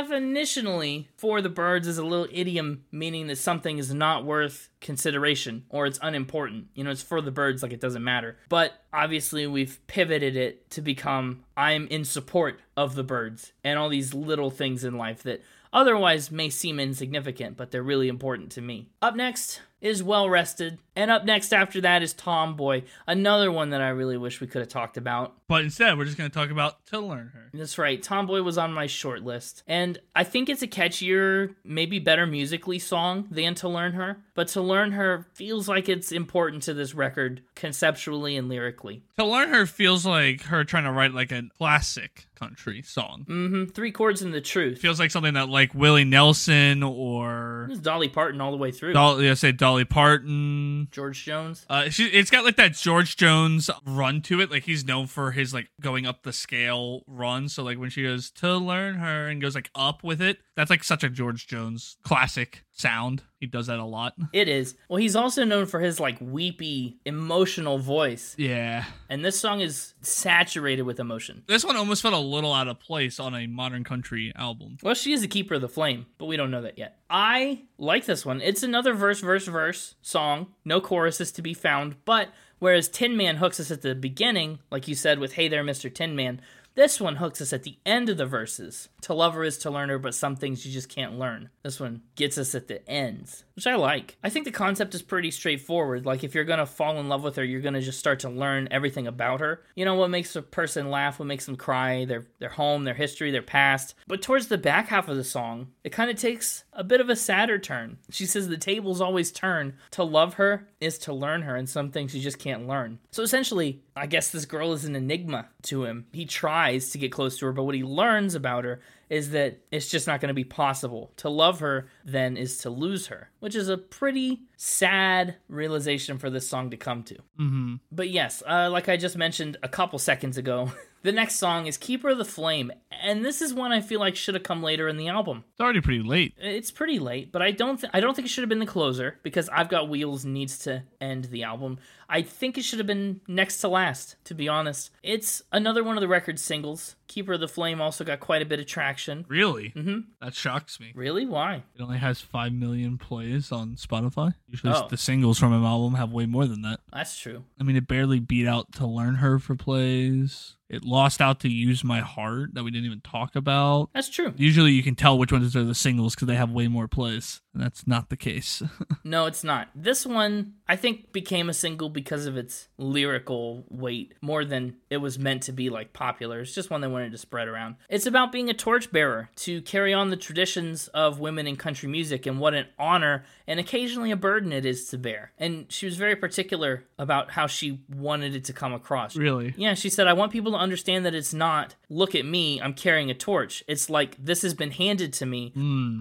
Speaker 1: Definitionally, for the birds is a little idiom meaning that something is not worth consideration or it's unimportant. You know, it's for the birds, like it doesn't matter. But obviously, we've pivoted it to become I'm in support of the birds and all these little things in life that otherwise may seem insignificant, but they're really important to me. Up next is Well Rested, and up next after that is Tomboy, another one that I really wish we could have talked about.
Speaker 2: But instead, we're just going to talk about To Learn Her.
Speaker 1: That's right. Tomboy was on my short list. And I think it's a catchier, maybe better musically song than To Learn Her. But To Learn Her feels like it's important to this record conceptually and lyrically.
Speaker 2: To Learn Her feels like her trying to write like a classic country song.
Speaker 1: hmm Three chords and the truth.
Speaker 2: Feels like something that like Willie Nelson or
Speaker 1: It's Dolly Parton all the way through.
Speaker 2: Dolly, I say Dolly Parton.
Speaker 1: George Jones.
Speaker 2: Uh, she, it's got like that George Jones run to it. Like he's known for his like going up the scale run. So like when she goes to learn her and goes like up with it, that's like such a George Jones classic sound. He does that a lot.
Speaker 1: It is. Well, he's also known for his like weepy, emotional voice.
Speaker 2: Yeah,
Speaker 1: And this song is saturated with emotion.
Speaker 2: this one almost felt a little out of place on a modern country album.
Speaker 1: Well, she is the keeper of the flame, but we don't know that yet. I like this one. It's another verse, verse, verse song. No choruses to be found, but whereas Tin Man hooks us at the beginning, like you said with Hey There, Mr. Tin Man, this one hooks us at the end of the verses. To lover is to learner, but some things you just can't learn. This one gets us at the ends, which I like. I think the concept is pretty straightforward. Like, if you're gonna fall in love with her, you're gonna just start to learn everything about her. You know what makes a person laugh, what makes them cry, their their home, their history, their past. But towards the back half of the song, it kind of takes a bit of a sadder turn. She says the tables always turn. To love her is to learn her, and some things you just can't learn. So essentially, I guess this girl is an enigma to him. He tries to get close to her, but what he learns about her is that it's just not going to be possible. To love her then is to lose her, which is a pretty sad realization for this song to come to.
Speaker 2: hmm
Speaker 1: But yes, uh, like I just mentioned a couple seconds ago, [laughs] the next song is Keeper of the Flame, and this is one I feel like should have come later in the album.
Speaker 2: It's already pretty late.
Speaker 1: It's pretty late, but I don't th- I don't think it should have been the closer because I've Got Wheels needs to end the album. I think it should have been next to last, to be honest. It's another one of the record singles. Keeper of the Flame also got quite a bit of traction.
Speaker 2: Really? Mm-hmm. That shocks me.
Speaker 1: Really? Why?
Speaker 2: It only has 5 million plays on Spotify. Usually
Speaker 1: Oh.
Speaker 2: the singles from an album have way more than that.
Speaker 1: That's true.
Speaker 2: I mean, it barely beat out To Learn Her for plays. It lost out to Use My Heart that we didn't even talk about.
Speaker 1: That's true.
Speaker 2: Usually you can tell which ones are the singles because they have way more plays. And that's not the case.
Speaker 1: No, it's not. This one, I think, became a single because of its lyrical weight more than it was meant to be like popular. It's just one they wanted to spread around. It's about being a torchbearer to carry on the traditions of women in country music and what an honor and occasionally a burden it is to bear. And she was very particular about how she wanted it to come across.
Speaker 2: really?
Speaker 1: Yeah, she said, I want people to to understand that it's not, look at me, I'm carrying a torch. It's like, this has been handed to me.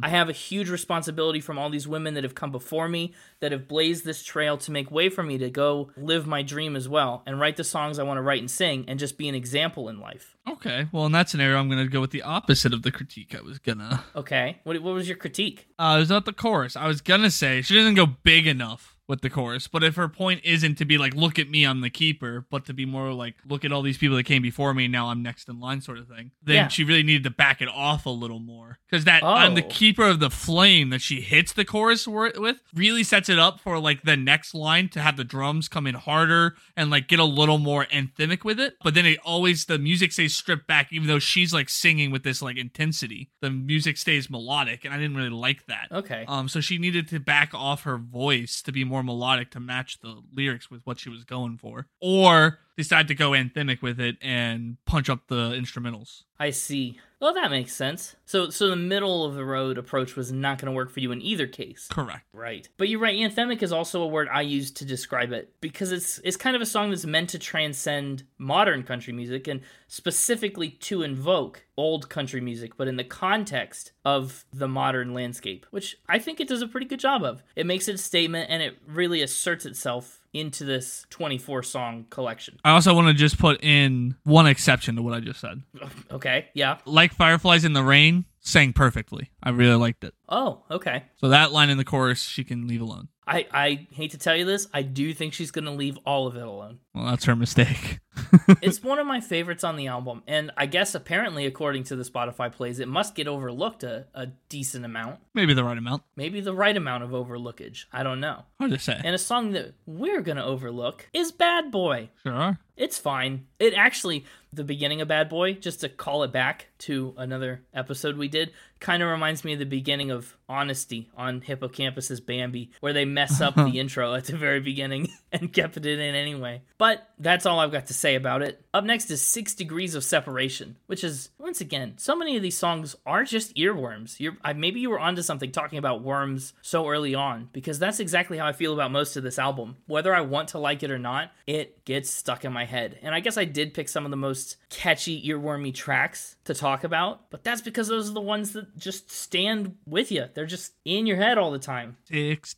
Speaker 1: I have a huge responsibility from all these women that have come before me, that have blazed this trail to make way for me to go live my dream as well and write the songs I want to write and sing and just be an example in life.
Speaker 2: [laughs] Okay. Well, in that scenario, I'm gonna go with the opposite of the critique I was gonna.
Speaker 1: Okay. What, what was your critique?
Speaker 2: Uh, it's not the chorus. I was gonna say she doesn't go big enough with the chorus. But if her point isn't to be like, look at me, I'm the keeper, but to be more like, look at all these people that came before me, now I'm next in line, sort of thing, then
Speaker 1: Yeah.
Speaker 2: she really needed to back it off a little more. Because that I'm the
Speaker 1: Oh.
Speaker 2: keeper of the flame that she hits the chorus wor- with really sets it up for like the next line to have the drums come in harder and like get a little more anthemic with it. But then it always, the music stays stripped back, even though she's like singing with this like intensity. The music stays melodic, and I didn't really like that.
Speaker 1: Okay.
Speaker 2: Um, so she needed to back off her voice to be more melodic to match the lyrics with what she was going for, or decide to go anthemic with it and punch up the instrumentals.
Speaker 1: I see. Well, that makes sense. So, so the middle of the road approach was not going to work for you in either case.
Speaker 2: Correct.
Speaker 1: Right. But you're right, anthemic is also a word I use to describe it because it's it's kind of a song that's meant to transcend modern country music and specifically to invoke old country music, but in the context of the modern landscape, which I think it does a pretty good job of. It makes its statement and it really asserts itself into this 24 song collection.
Speaker 2: I also want to just put in one exception to what I just said.
Speaker 1: Okay. Yeah.
Speaker 2: Like Fireflies in the Rain sang perfectly. I really liked it.
Speaker 1: Oh, okay.
Speaker 2: So that line in the chorus she can leave alone.
Speaker 1: I, I hate to tell you this, I do think she's going to leave all of it alone.
Speaker 2: Well, that's her mistake. [laughs]
Speaker 1: it's one of my favorites on the album, and I guess apparently, according to the Spotify plays, it must get overlooked a, a decent amount,
Speaker 2: Maybe the right amount.
Speaker 1: maybe the right amount of overlookage. I don't know.
Speaker 2: Hard to say.
Speaker 1: And a song that we're gonna overlook is Bad Boy.
Speaker 2: Sure. are.
Speaker 1: It's fine. It actually, the beginning of Bad Boy, just to call it back to another episode we did, kind of reminds me of the beginning of Honesty on Hippocampus's Bambi, where they mess up the intro at the very beginning [laughs] and kept it in anyway. But that's all I've got to say about it. Up next is Six Degrees of Separation, which is, once again, so many of these songs are just earworms. You're, I, maybe you were onto something talking about worms so early on, because that's exactly how I feel about most of this album. Whether I want to like it or not, it gets stuck in my head. And I guess I did pick some of the most catchy, earwormy tracks to talk about, but that's because those are the ones that just stand with you. They're just in your head all the time. [laughs]
Speaker 2: Six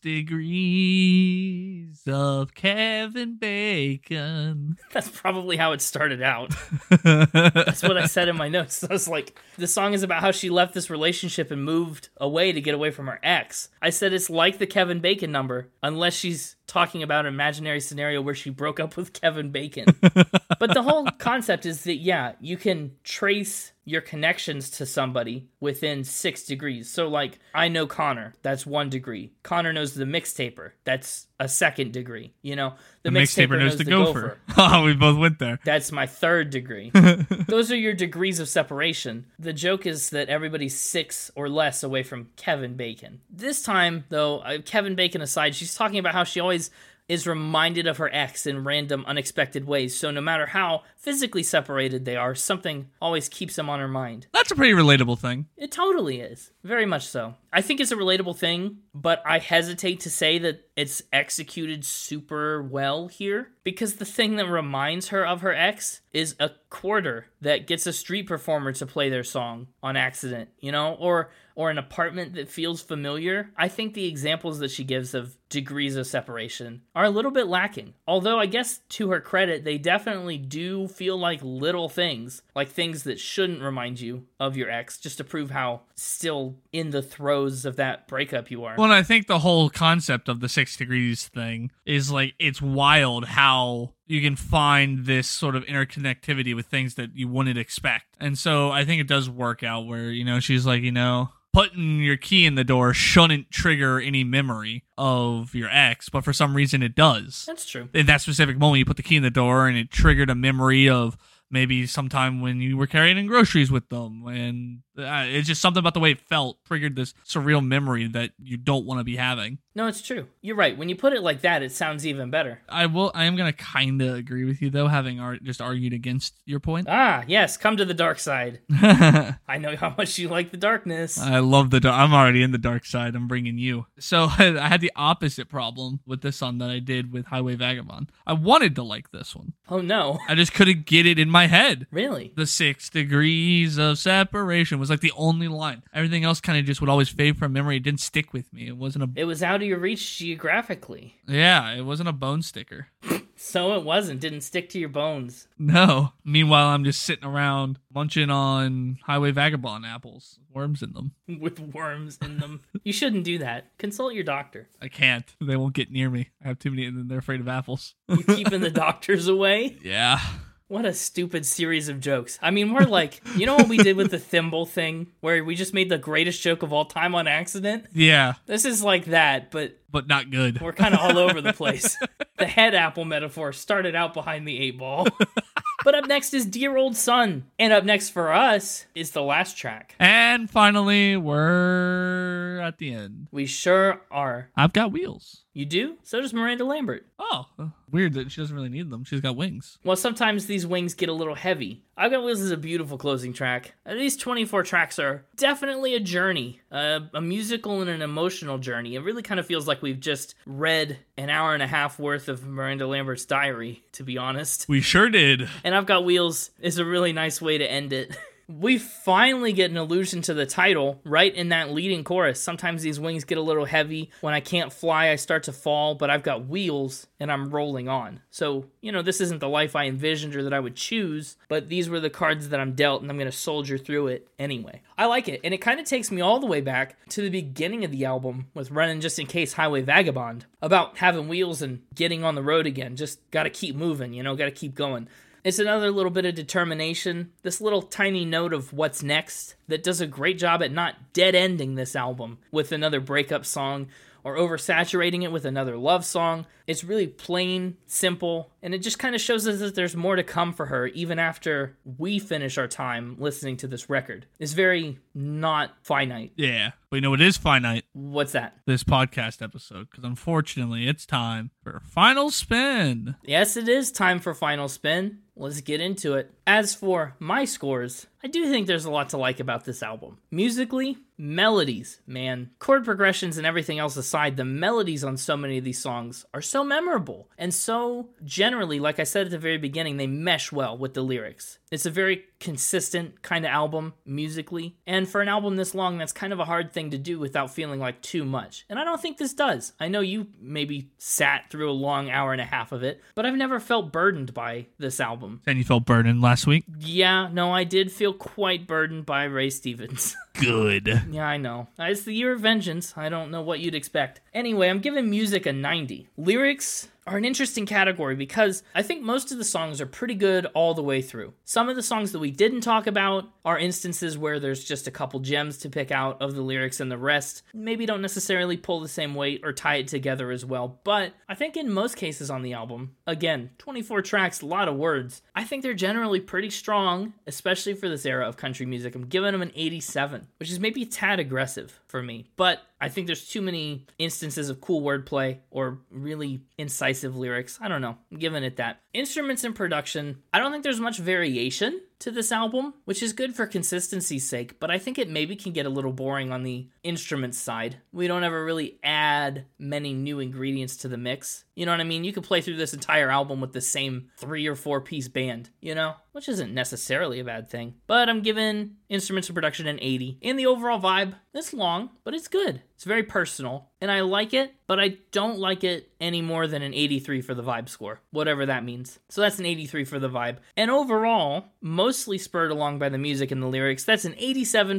Speaker 2: degrees of Kevin Bacon. [laughs]
Speaker 1: That's probably how it started out.
Speaker 2: That's
Speaker 1: That's what I said in my notes. [laughs] I was like, the song is about how she left this relationship and moved away to get away from her ex. I said it's like the Kevin Bacon number, unless she's talking about an imaginary scenario where she broke up with Kevin
Speaker 2: [laughs]
Speaker 1: Bacon. but the whole concept is that, yeah, you can trace your connections to somebody within six degrees. So, like, I know Connor, that's one degree. Connor knows the mixtaper, that's a second degree. You know, the,
Speaker 2: mixtaper knows, the, gopher. [laughs] Oh, we both went there.
Speaker 1: That's my third degree. Those are your degrees of separation. The joke is that everybody's six or less away from Kevin Bacon. This time, though, uh, Kevin Bacon aside, she's talking about how she always is reminded of her ex in random, unexpected ways. So no matter how physically separated they are, something always keeps them on her mind.
Speaker 2: That's a pretty relatable thing.
Speaker 1: It totally is. Very much so. I think it's a relatable thing, but I hesitate to say that it's executed super well here because the thing that reminds her of her ex is a quarter that gets a street performer to play their song on accident, you know, or or an apartment that feels familiar. I think the examples that she gives of degrees of separation are a little bit lacking. Although I guess to her credit, they definitely do feel like little things, like things that shouldn't remind you of your ex, just to prove how still in the throes of that breakup you are.
Speaker 2: Well, and I think the whole concept of the six degrees thing is like it's wild how you can find this sort of interconnectivity with things that you wouldn't expect. And so I think it does work out where, you know, she's like, you know, putting your key in the door shouldn't trigger any memory of your ex, but for some reason it does.
Speaker 1: That's true.
Speaker 2: in that specific moment you put the key in the door and it triggered a memory of maybe sometime when you were carrying in groceries with them and Uh, it's just something about the way it felt triggered this surreal memory that you don't want to be having.
Speaker 1: No, it's true. You're right. When you put it like that, it sounds even better.
Speaker 2: I will. I am gonna kind of agree with you though, having ar- just argued against your point.
Speaker 1: Ah, yes, come to the dark side.
Speaker 2: I
Speaker 1: I know how much you like the darkness.
Speaker 2: love the. Dark, I'm already in the dark side. I'm bringing you. So [laughs] I, I had the opposite problem with this song that I did with Highway Vagabond. I wanted to like this one.
Speaker 1: oh no.
Speaker 2: I just couldn't get it in my head.
Speaker 1: Really?
Speaker 2: The six degrees of separation was like the only line. Everything else kind of just would always fade from memory. It didn't stick with me. It wasn't a
Speaker 1: It was out of your reach geographically.
Speaker 2: Yeah, it wasn't a bone sticker. [laughs]
Speaker 1: So it wasn't. Didn't stick to your bones. [laughs]
Speaker 2: No. Meanwhile, I'm just sitting around munching on Highway Vagabond apples, worms in them.
Speaker 1: With worms in them. you shouldn't do that. Consult your doctor.
Speaker 2: I can't. [laughs] They won't get near me. I have too many, and then they're afraid of apples.
Speaker 1: You keeping the doctors away?
Speaker 2: Yeah.
Speaker 1: What a stupid series of jokes. I mean, we're like, you know what we did with the thimble thing, where we just made the greatest joke of all time on accident?
Speaker 2: Yeah,
Speaker 1: This is like that, but
Speaker 2: but not good.
Speaker 1: we're kind of all over the place. The head apple metaphor started out behind the eight ball. But up next is Dear Old Son. And up next for us is the last track.
Speaker 2: And finally, we're at the end.
Speaker 1: We sure are.
Speaker 2: I've got wheels.
Speaker 1: You do? So does Miranda Lambert.
Speaker 2: Oh, weird that she doesn't really need them. She's got wings.
Speaker 1: Well, sometimes these wings get a little heavy. I've Got Wheels is a beautiful closing track. Uh, These 24 tracks are definitely a journey, uh, a musical and an emotional journey. It really kind of feels like we've just read an hour and a half worth of Miranda Lambert's diary, to be honest.
Speaker 2: We sure did.
Speaker 1: And I've Got Wheels is a really nice way to end it. [laughs] We finally get an allusion to the title right in that leading chorus. Sometimes these wings get a little heavy. When I can't fly, I start to fall, but I've got wheels and I'm rolling on. So, you know, this isn't the life I envisioned or that I would choose, but these were the cards that I'm dealt and I'm going to soldier through it anyway. I like it. And it kind of takes me all the way back to the beginning of the album with Running Just in Case Highway Vagabond about having wheels and getting on the road again. Just got to keep moving, you know, got to keep going. It's another little bit of determination, this little tiny note of what's next that does a great job at not dead ending this album with another breakup song or oversaturating it with another love song. It's really plain, simple, and it just kind of shows us that there's more to come for her even after we finish our time listening to this record. It's very not finite.
Speaker 2: Yeah, but you know it is finite.
Speaker 1: What's that?
Speaker 2: This podcast episode, because unfortunately, it's time for final spin.
Speaker 1: Yes, it is time for final spin. Let's get into it. As for my scores, I do think there's a lot to like about this album. Musically, melodies, man. Chord progressions and everything else aside, the melodies on so many of these songs are so memorable and so generally, like I said at the very beginning, they mesh well with the lyrics. It's a very consistent kind of album musically, and for an album this long, that's kind of a hard thing to do without feeling like too much. And I don't think this does. I know you maybe sat through a long hour and a half of it, but I've never felt burdened by this album.
Speaker 2: And you felt burdened last week.
Speaker 1: Yeah, no, I did feel quite burdened by Ray Stevens. [laughs]
Speaker 2: Good.
Speaker 1: yeah, I know. It's the year of vengeance. I don't know what you'd expect. Anyway, I'm giving music a 90. Lyrics are an interesting category because I think most of the songs are pretty good all the way through. Some of the songs that we didn't talk about are instances where there's just a couple gems to pick out of the lyrics, and the rest maybe don't necessarily pull the same weight or tie it together as well. But I think in most cases on the album, again, 24 tracks, a lot of words, I think they're generally pretty strong, especially for this era of country music. I'm giving them an 87, which is maybe a tad aggressive for me, but I think there's too many instances of cool wordplay or really incisive lyrics. I don't know. I'm giving it that. Instruments in production, I don't think there's much variation to this album, which is good for consistency's sake, but I think it maybe can get a little boring on the instrument side. We don't ever really add many new ingredients to the mix. You know what I mean? You could play through this entire album with the same three or four piece band, you know? Which isn't necessarily a bad thing. But I'm giving instruments in production an 80. And the overall vibe, it's long, but it's good. It's very personal, and I like it, but I don't like it any more than an 83 for the vibe score, whatever that means. So that's an 83 for the vibe. And overall, mostly spurred along by the music and the lyrics, that's an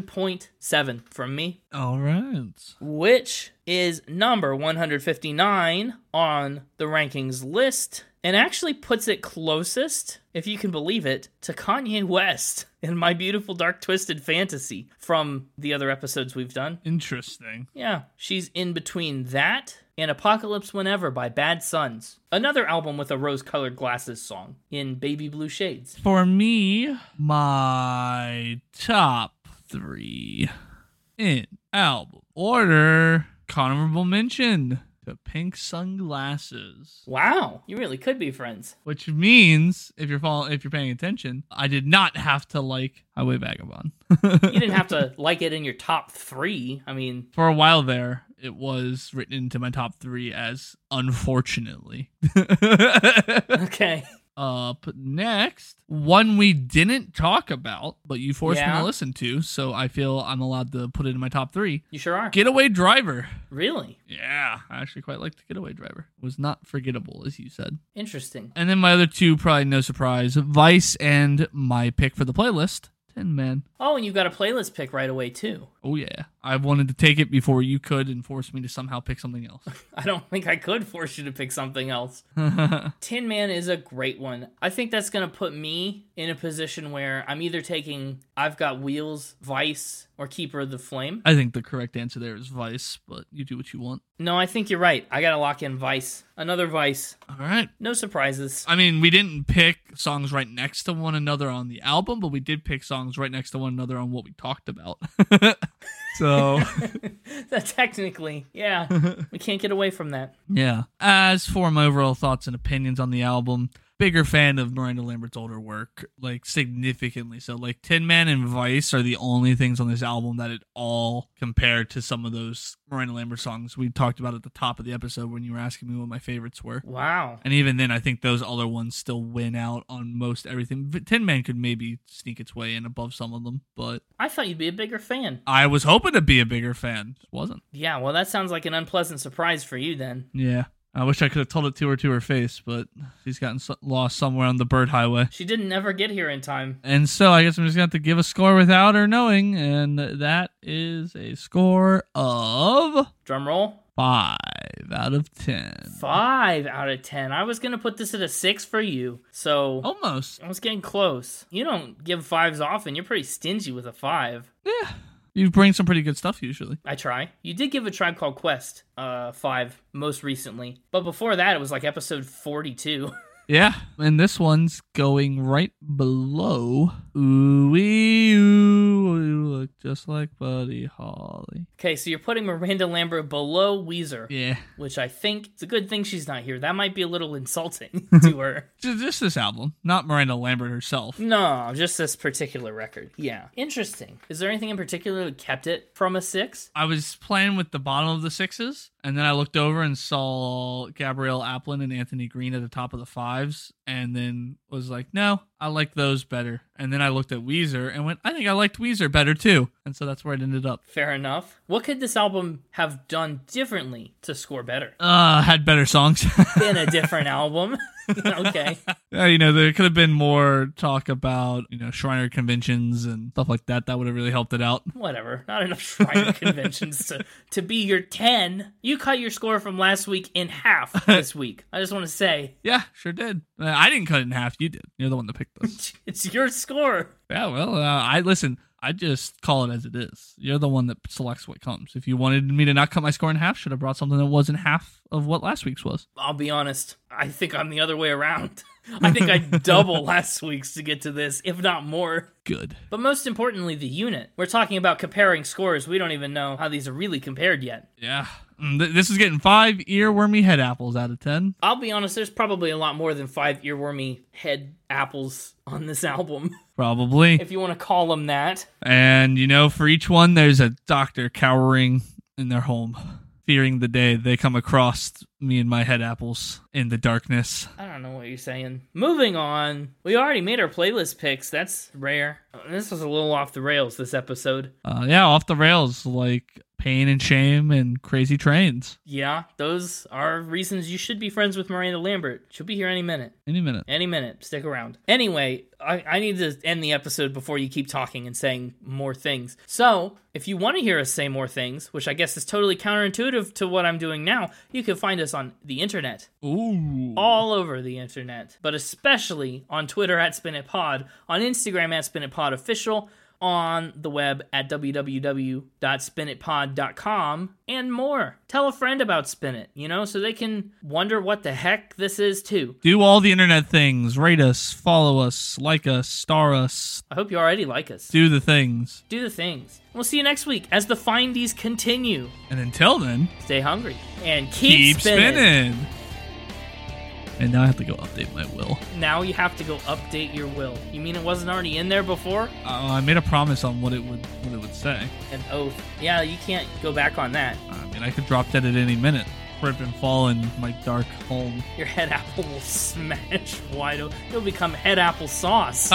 Speaker 1: 87.7 from me,
Speaker 2: All right.
Speaker 1: which is number 159 on the rankings list and actually puts it closest, if you can believe it, to Kanye West [laughs] and My Beautiful Dark Twisted Fantasy from the other episodes we've done.
Speaker 2: Interesting.
Speaker 1: Yeah, she's in between that and Apocalypse Whenever by Bad Sons, another album with a rose colored glasses song in baby blue shades.
Speaker 2: For me, my top three. In album order, honorable mention to pink sunglasses.
Speaker 1: Wow, you really could be friends.
Speaker 2: Which means, if you're following, if you're paying attention, I did not have to like Highway Vagabond. [laughs]
Speaker 1: You didn't have to like it in your top three. I mean, [laughs]
Speaker 2: For a while there, it was written into my top three as unfortunately. [laughs]
Speaker 1: okay.
Speaker 2: Up next, one we didn't talk about, but you forced me
Speaker 1: Yeah.
Speaker 2: to listen to, so I feel I'm allowed to put it in my top three.
Speaker 1: You sure are.
Speaker 2: Getaway Driver.
Speaker 1: Really?
Speaker 2: Yeah, I actually quite liked Getaway Driver. It was not forgettable, as you said.
Speaker 1: Interesting.
Speaker 2: And then my other two, probably no surprise, Vice and my pick for the playlist, Tin Man.
Speaker 1: Oh, and you got a playlist pick right away, too.
Speaker 2: Oh yeah, I wanted to take it before you could and force me to somehow pick something else.
Speaker 1: I don't think I could force you to pick something else. Tin Man is a great one. I think that's going to put me in a position where I'm either taking I've Got Wheels, Vice, or Keeper of the Flame.
Speaker 2: I think the correct answer there is Vice, but you do what you want.
Speaker 1: No, I think you're right. I got to lock in Vice. Another Vice.
Speaker 2: All right.
Speaker 1: No surprises. [laughs]
Speaker 2: I mean, we didn't pick songs right next to one another on the album, but we did pick songs right next to one another on what we talked about. [laughs] so,
Speaker 1: That technically, yeah, we can't get away from that.
Speaker 2: yeah. As for my overall thoughts and opinions on the album, bigger fan of Miranda Lambert's older work, like significantly so. Like Tin Man and Vice are the only things on this album that at all compare to some of those Miranda Lambert songs we talked about at the top of the episode when you were asking me what my favorites were.
Speaker 1: Wow.
Speaker 2: And even then, I think those other ones still win out on most everything. But Tin Man could maybe sneak its way in above some of them, but
Speaker 1: I thought you'd be a bigger fan.
Speaker 2: I was hoping to be a bigger fan. Just wasn't.
Speaker 1: Yeah, well, that sounds like an unpleasant surprise for you then.
Speaker 2: Yeah. I wish I could have told it to her to her face, but she's gotten so- lost somewhere on the bird highway.
Speaker 1: She didn't ever get here in time.
Speaker 2: And so I guess I'm just going to have to give a score without her knowing. And that is a score of
Speaker 1: Drum roll.
Speaker 2: 5 out of 10.
Speaker 1: Five out of ten. I was gonna put this at a six for you, so
Speaker 2: Oh. Almost.
Speaker 1: I was getting close. You don't give fives often. You're pretty stingy with a five.
Speaker 2: Yeah. You bring some pretty good stuff usually.
Speaker 1: I try. You did give a tribe called Quest uh five most recently, but before that it was like episode forty-two. [laughs]
Speaker 2: Yeah, and this one's going right below. Ooh, wee, ooh, you look just like Buddy Holly.
Speaker 1: okay, so you're putting Miranda Lambert below Weezer.
Speaker 2: Yeah,
Speaker 1: which I think it's a good thing she's not here. That might be a little insulting [laughs] to her.
Speaker 2: just, just this album, not Miranda Lambert herself.
Speaker 1: No, just this particular record. Yeah. Interesting. Is there anything in particular that kept it from a six?
Speaker 2: I was playing with the bottom of the sixes, and then I looked over and saw Gabrielle Applin and Anthony Green at the top of the fives, and then was like, no, I like those better. And then I looked at Weezer and went, I think I liked Weezer better too. And so that's where it ended up.
Speaker 1: Fair enough. What could this album have done differently to score better?
Speaker 2: Uh, had better songs. [laughs]
Speaker 1: Been a different album. [laughs] okay.
Speaker 2: Yeah, you know, there could have been more talk about, you know, Shriner conventions and stuff like that. That would have really helped it out.
Speaker 1: Whatever. Not enough Shriner conventions to, to be your 10. You cut your score from last week in half this week. I just want to say
Speaker 2: Yeah, sure did. Uh, I didn't cut it in half. You did. You're the one that picked
Speaker 1: [laughs]
Speaker 2: this.
Speaker 1: it's your score.
Speaker 2: yeah, well, uh, I listen. I just call it as it is. You're the one that selects what comes. If you wanted me to not cut my score in half, should have brought something that wasn't half of what last week's was.
Speaker 1: I'll be honest. I think I'm the other way around. [laughs] I think I double last week's to get to this, if not more.
Speaker 2: Good.
Speaker 1: But most importantly, the unit. We're talking about comparing scores. We don't even know how these are really compared yet.
Speaker 2: Yeah. Mm, th- this is getting five earwormy head apples out of ten.
Speaker 1: I'll be honest, there's probably a lot more than five earwormy head apples on this album, [laughs]
Speaker 2: Probably.
Speaker 1: if you want to call them that.
Speaker 2: And you know, for each one, there's a doctor cowering in their home, fearing the day they come across me and my head apples in the darkness.
Speaker 1: I don't know what you're saying. Moving on. We already made our playlist picks. That's rare. This was a little off the rails this episode.
Speaker 2: Uh, yeah, off the rails like pain and shame and crazy trains.
Speaker 1: Yeah, those are reasons you should be friends with Miranda Lambert. She'll be here any minute.
Speaker 2: Any minute.
Speaker 1: Any minute. Stick around. Anyway, I, I need to end the episode before you keep talking and saying more things. So, if you want to hear us say more things, which I guess is totally counterintuitive to what I'm doing now, you can find us on the internet,
Speaker 2: Ooh.
Speaker 1: all over the internet, but especially on Twitter at SpinitPod, on Instagram at SpinitPodOfficial, on the web at www.spinitpod.com and more. Tell a friend about Spin It, you know, so they can wonder what the heck this is too.
Speaker 2: Do all the internet things. Rate us, follow us, like us, star us.
Speaker 1: I hope you already like us.
Speaker 2: Do the things.
Speaker 1: Do the things. We'll see you next week as the findies continue.
Speaker 2: And until then,
Speaker 1: Stay hungry and keep,
Speaker 2: keep
Speaker 1: spinning.
Speaker 2: spinning. And now I have to go update my will.
Speaker 1: Now you have to go update your will. You mean it wasn't already in there before?
Speaker 2: Uh, I made a promise on what it would what it would say.
Speaker 1: An oath. Yeah, you can't go back on that.
Speaker 2: I mean, I could drop dead at any minute. Rip and fall in my dark home.
Speaker 1: [laughs] Your head apple will smash wide open. You'll become head apple sauce.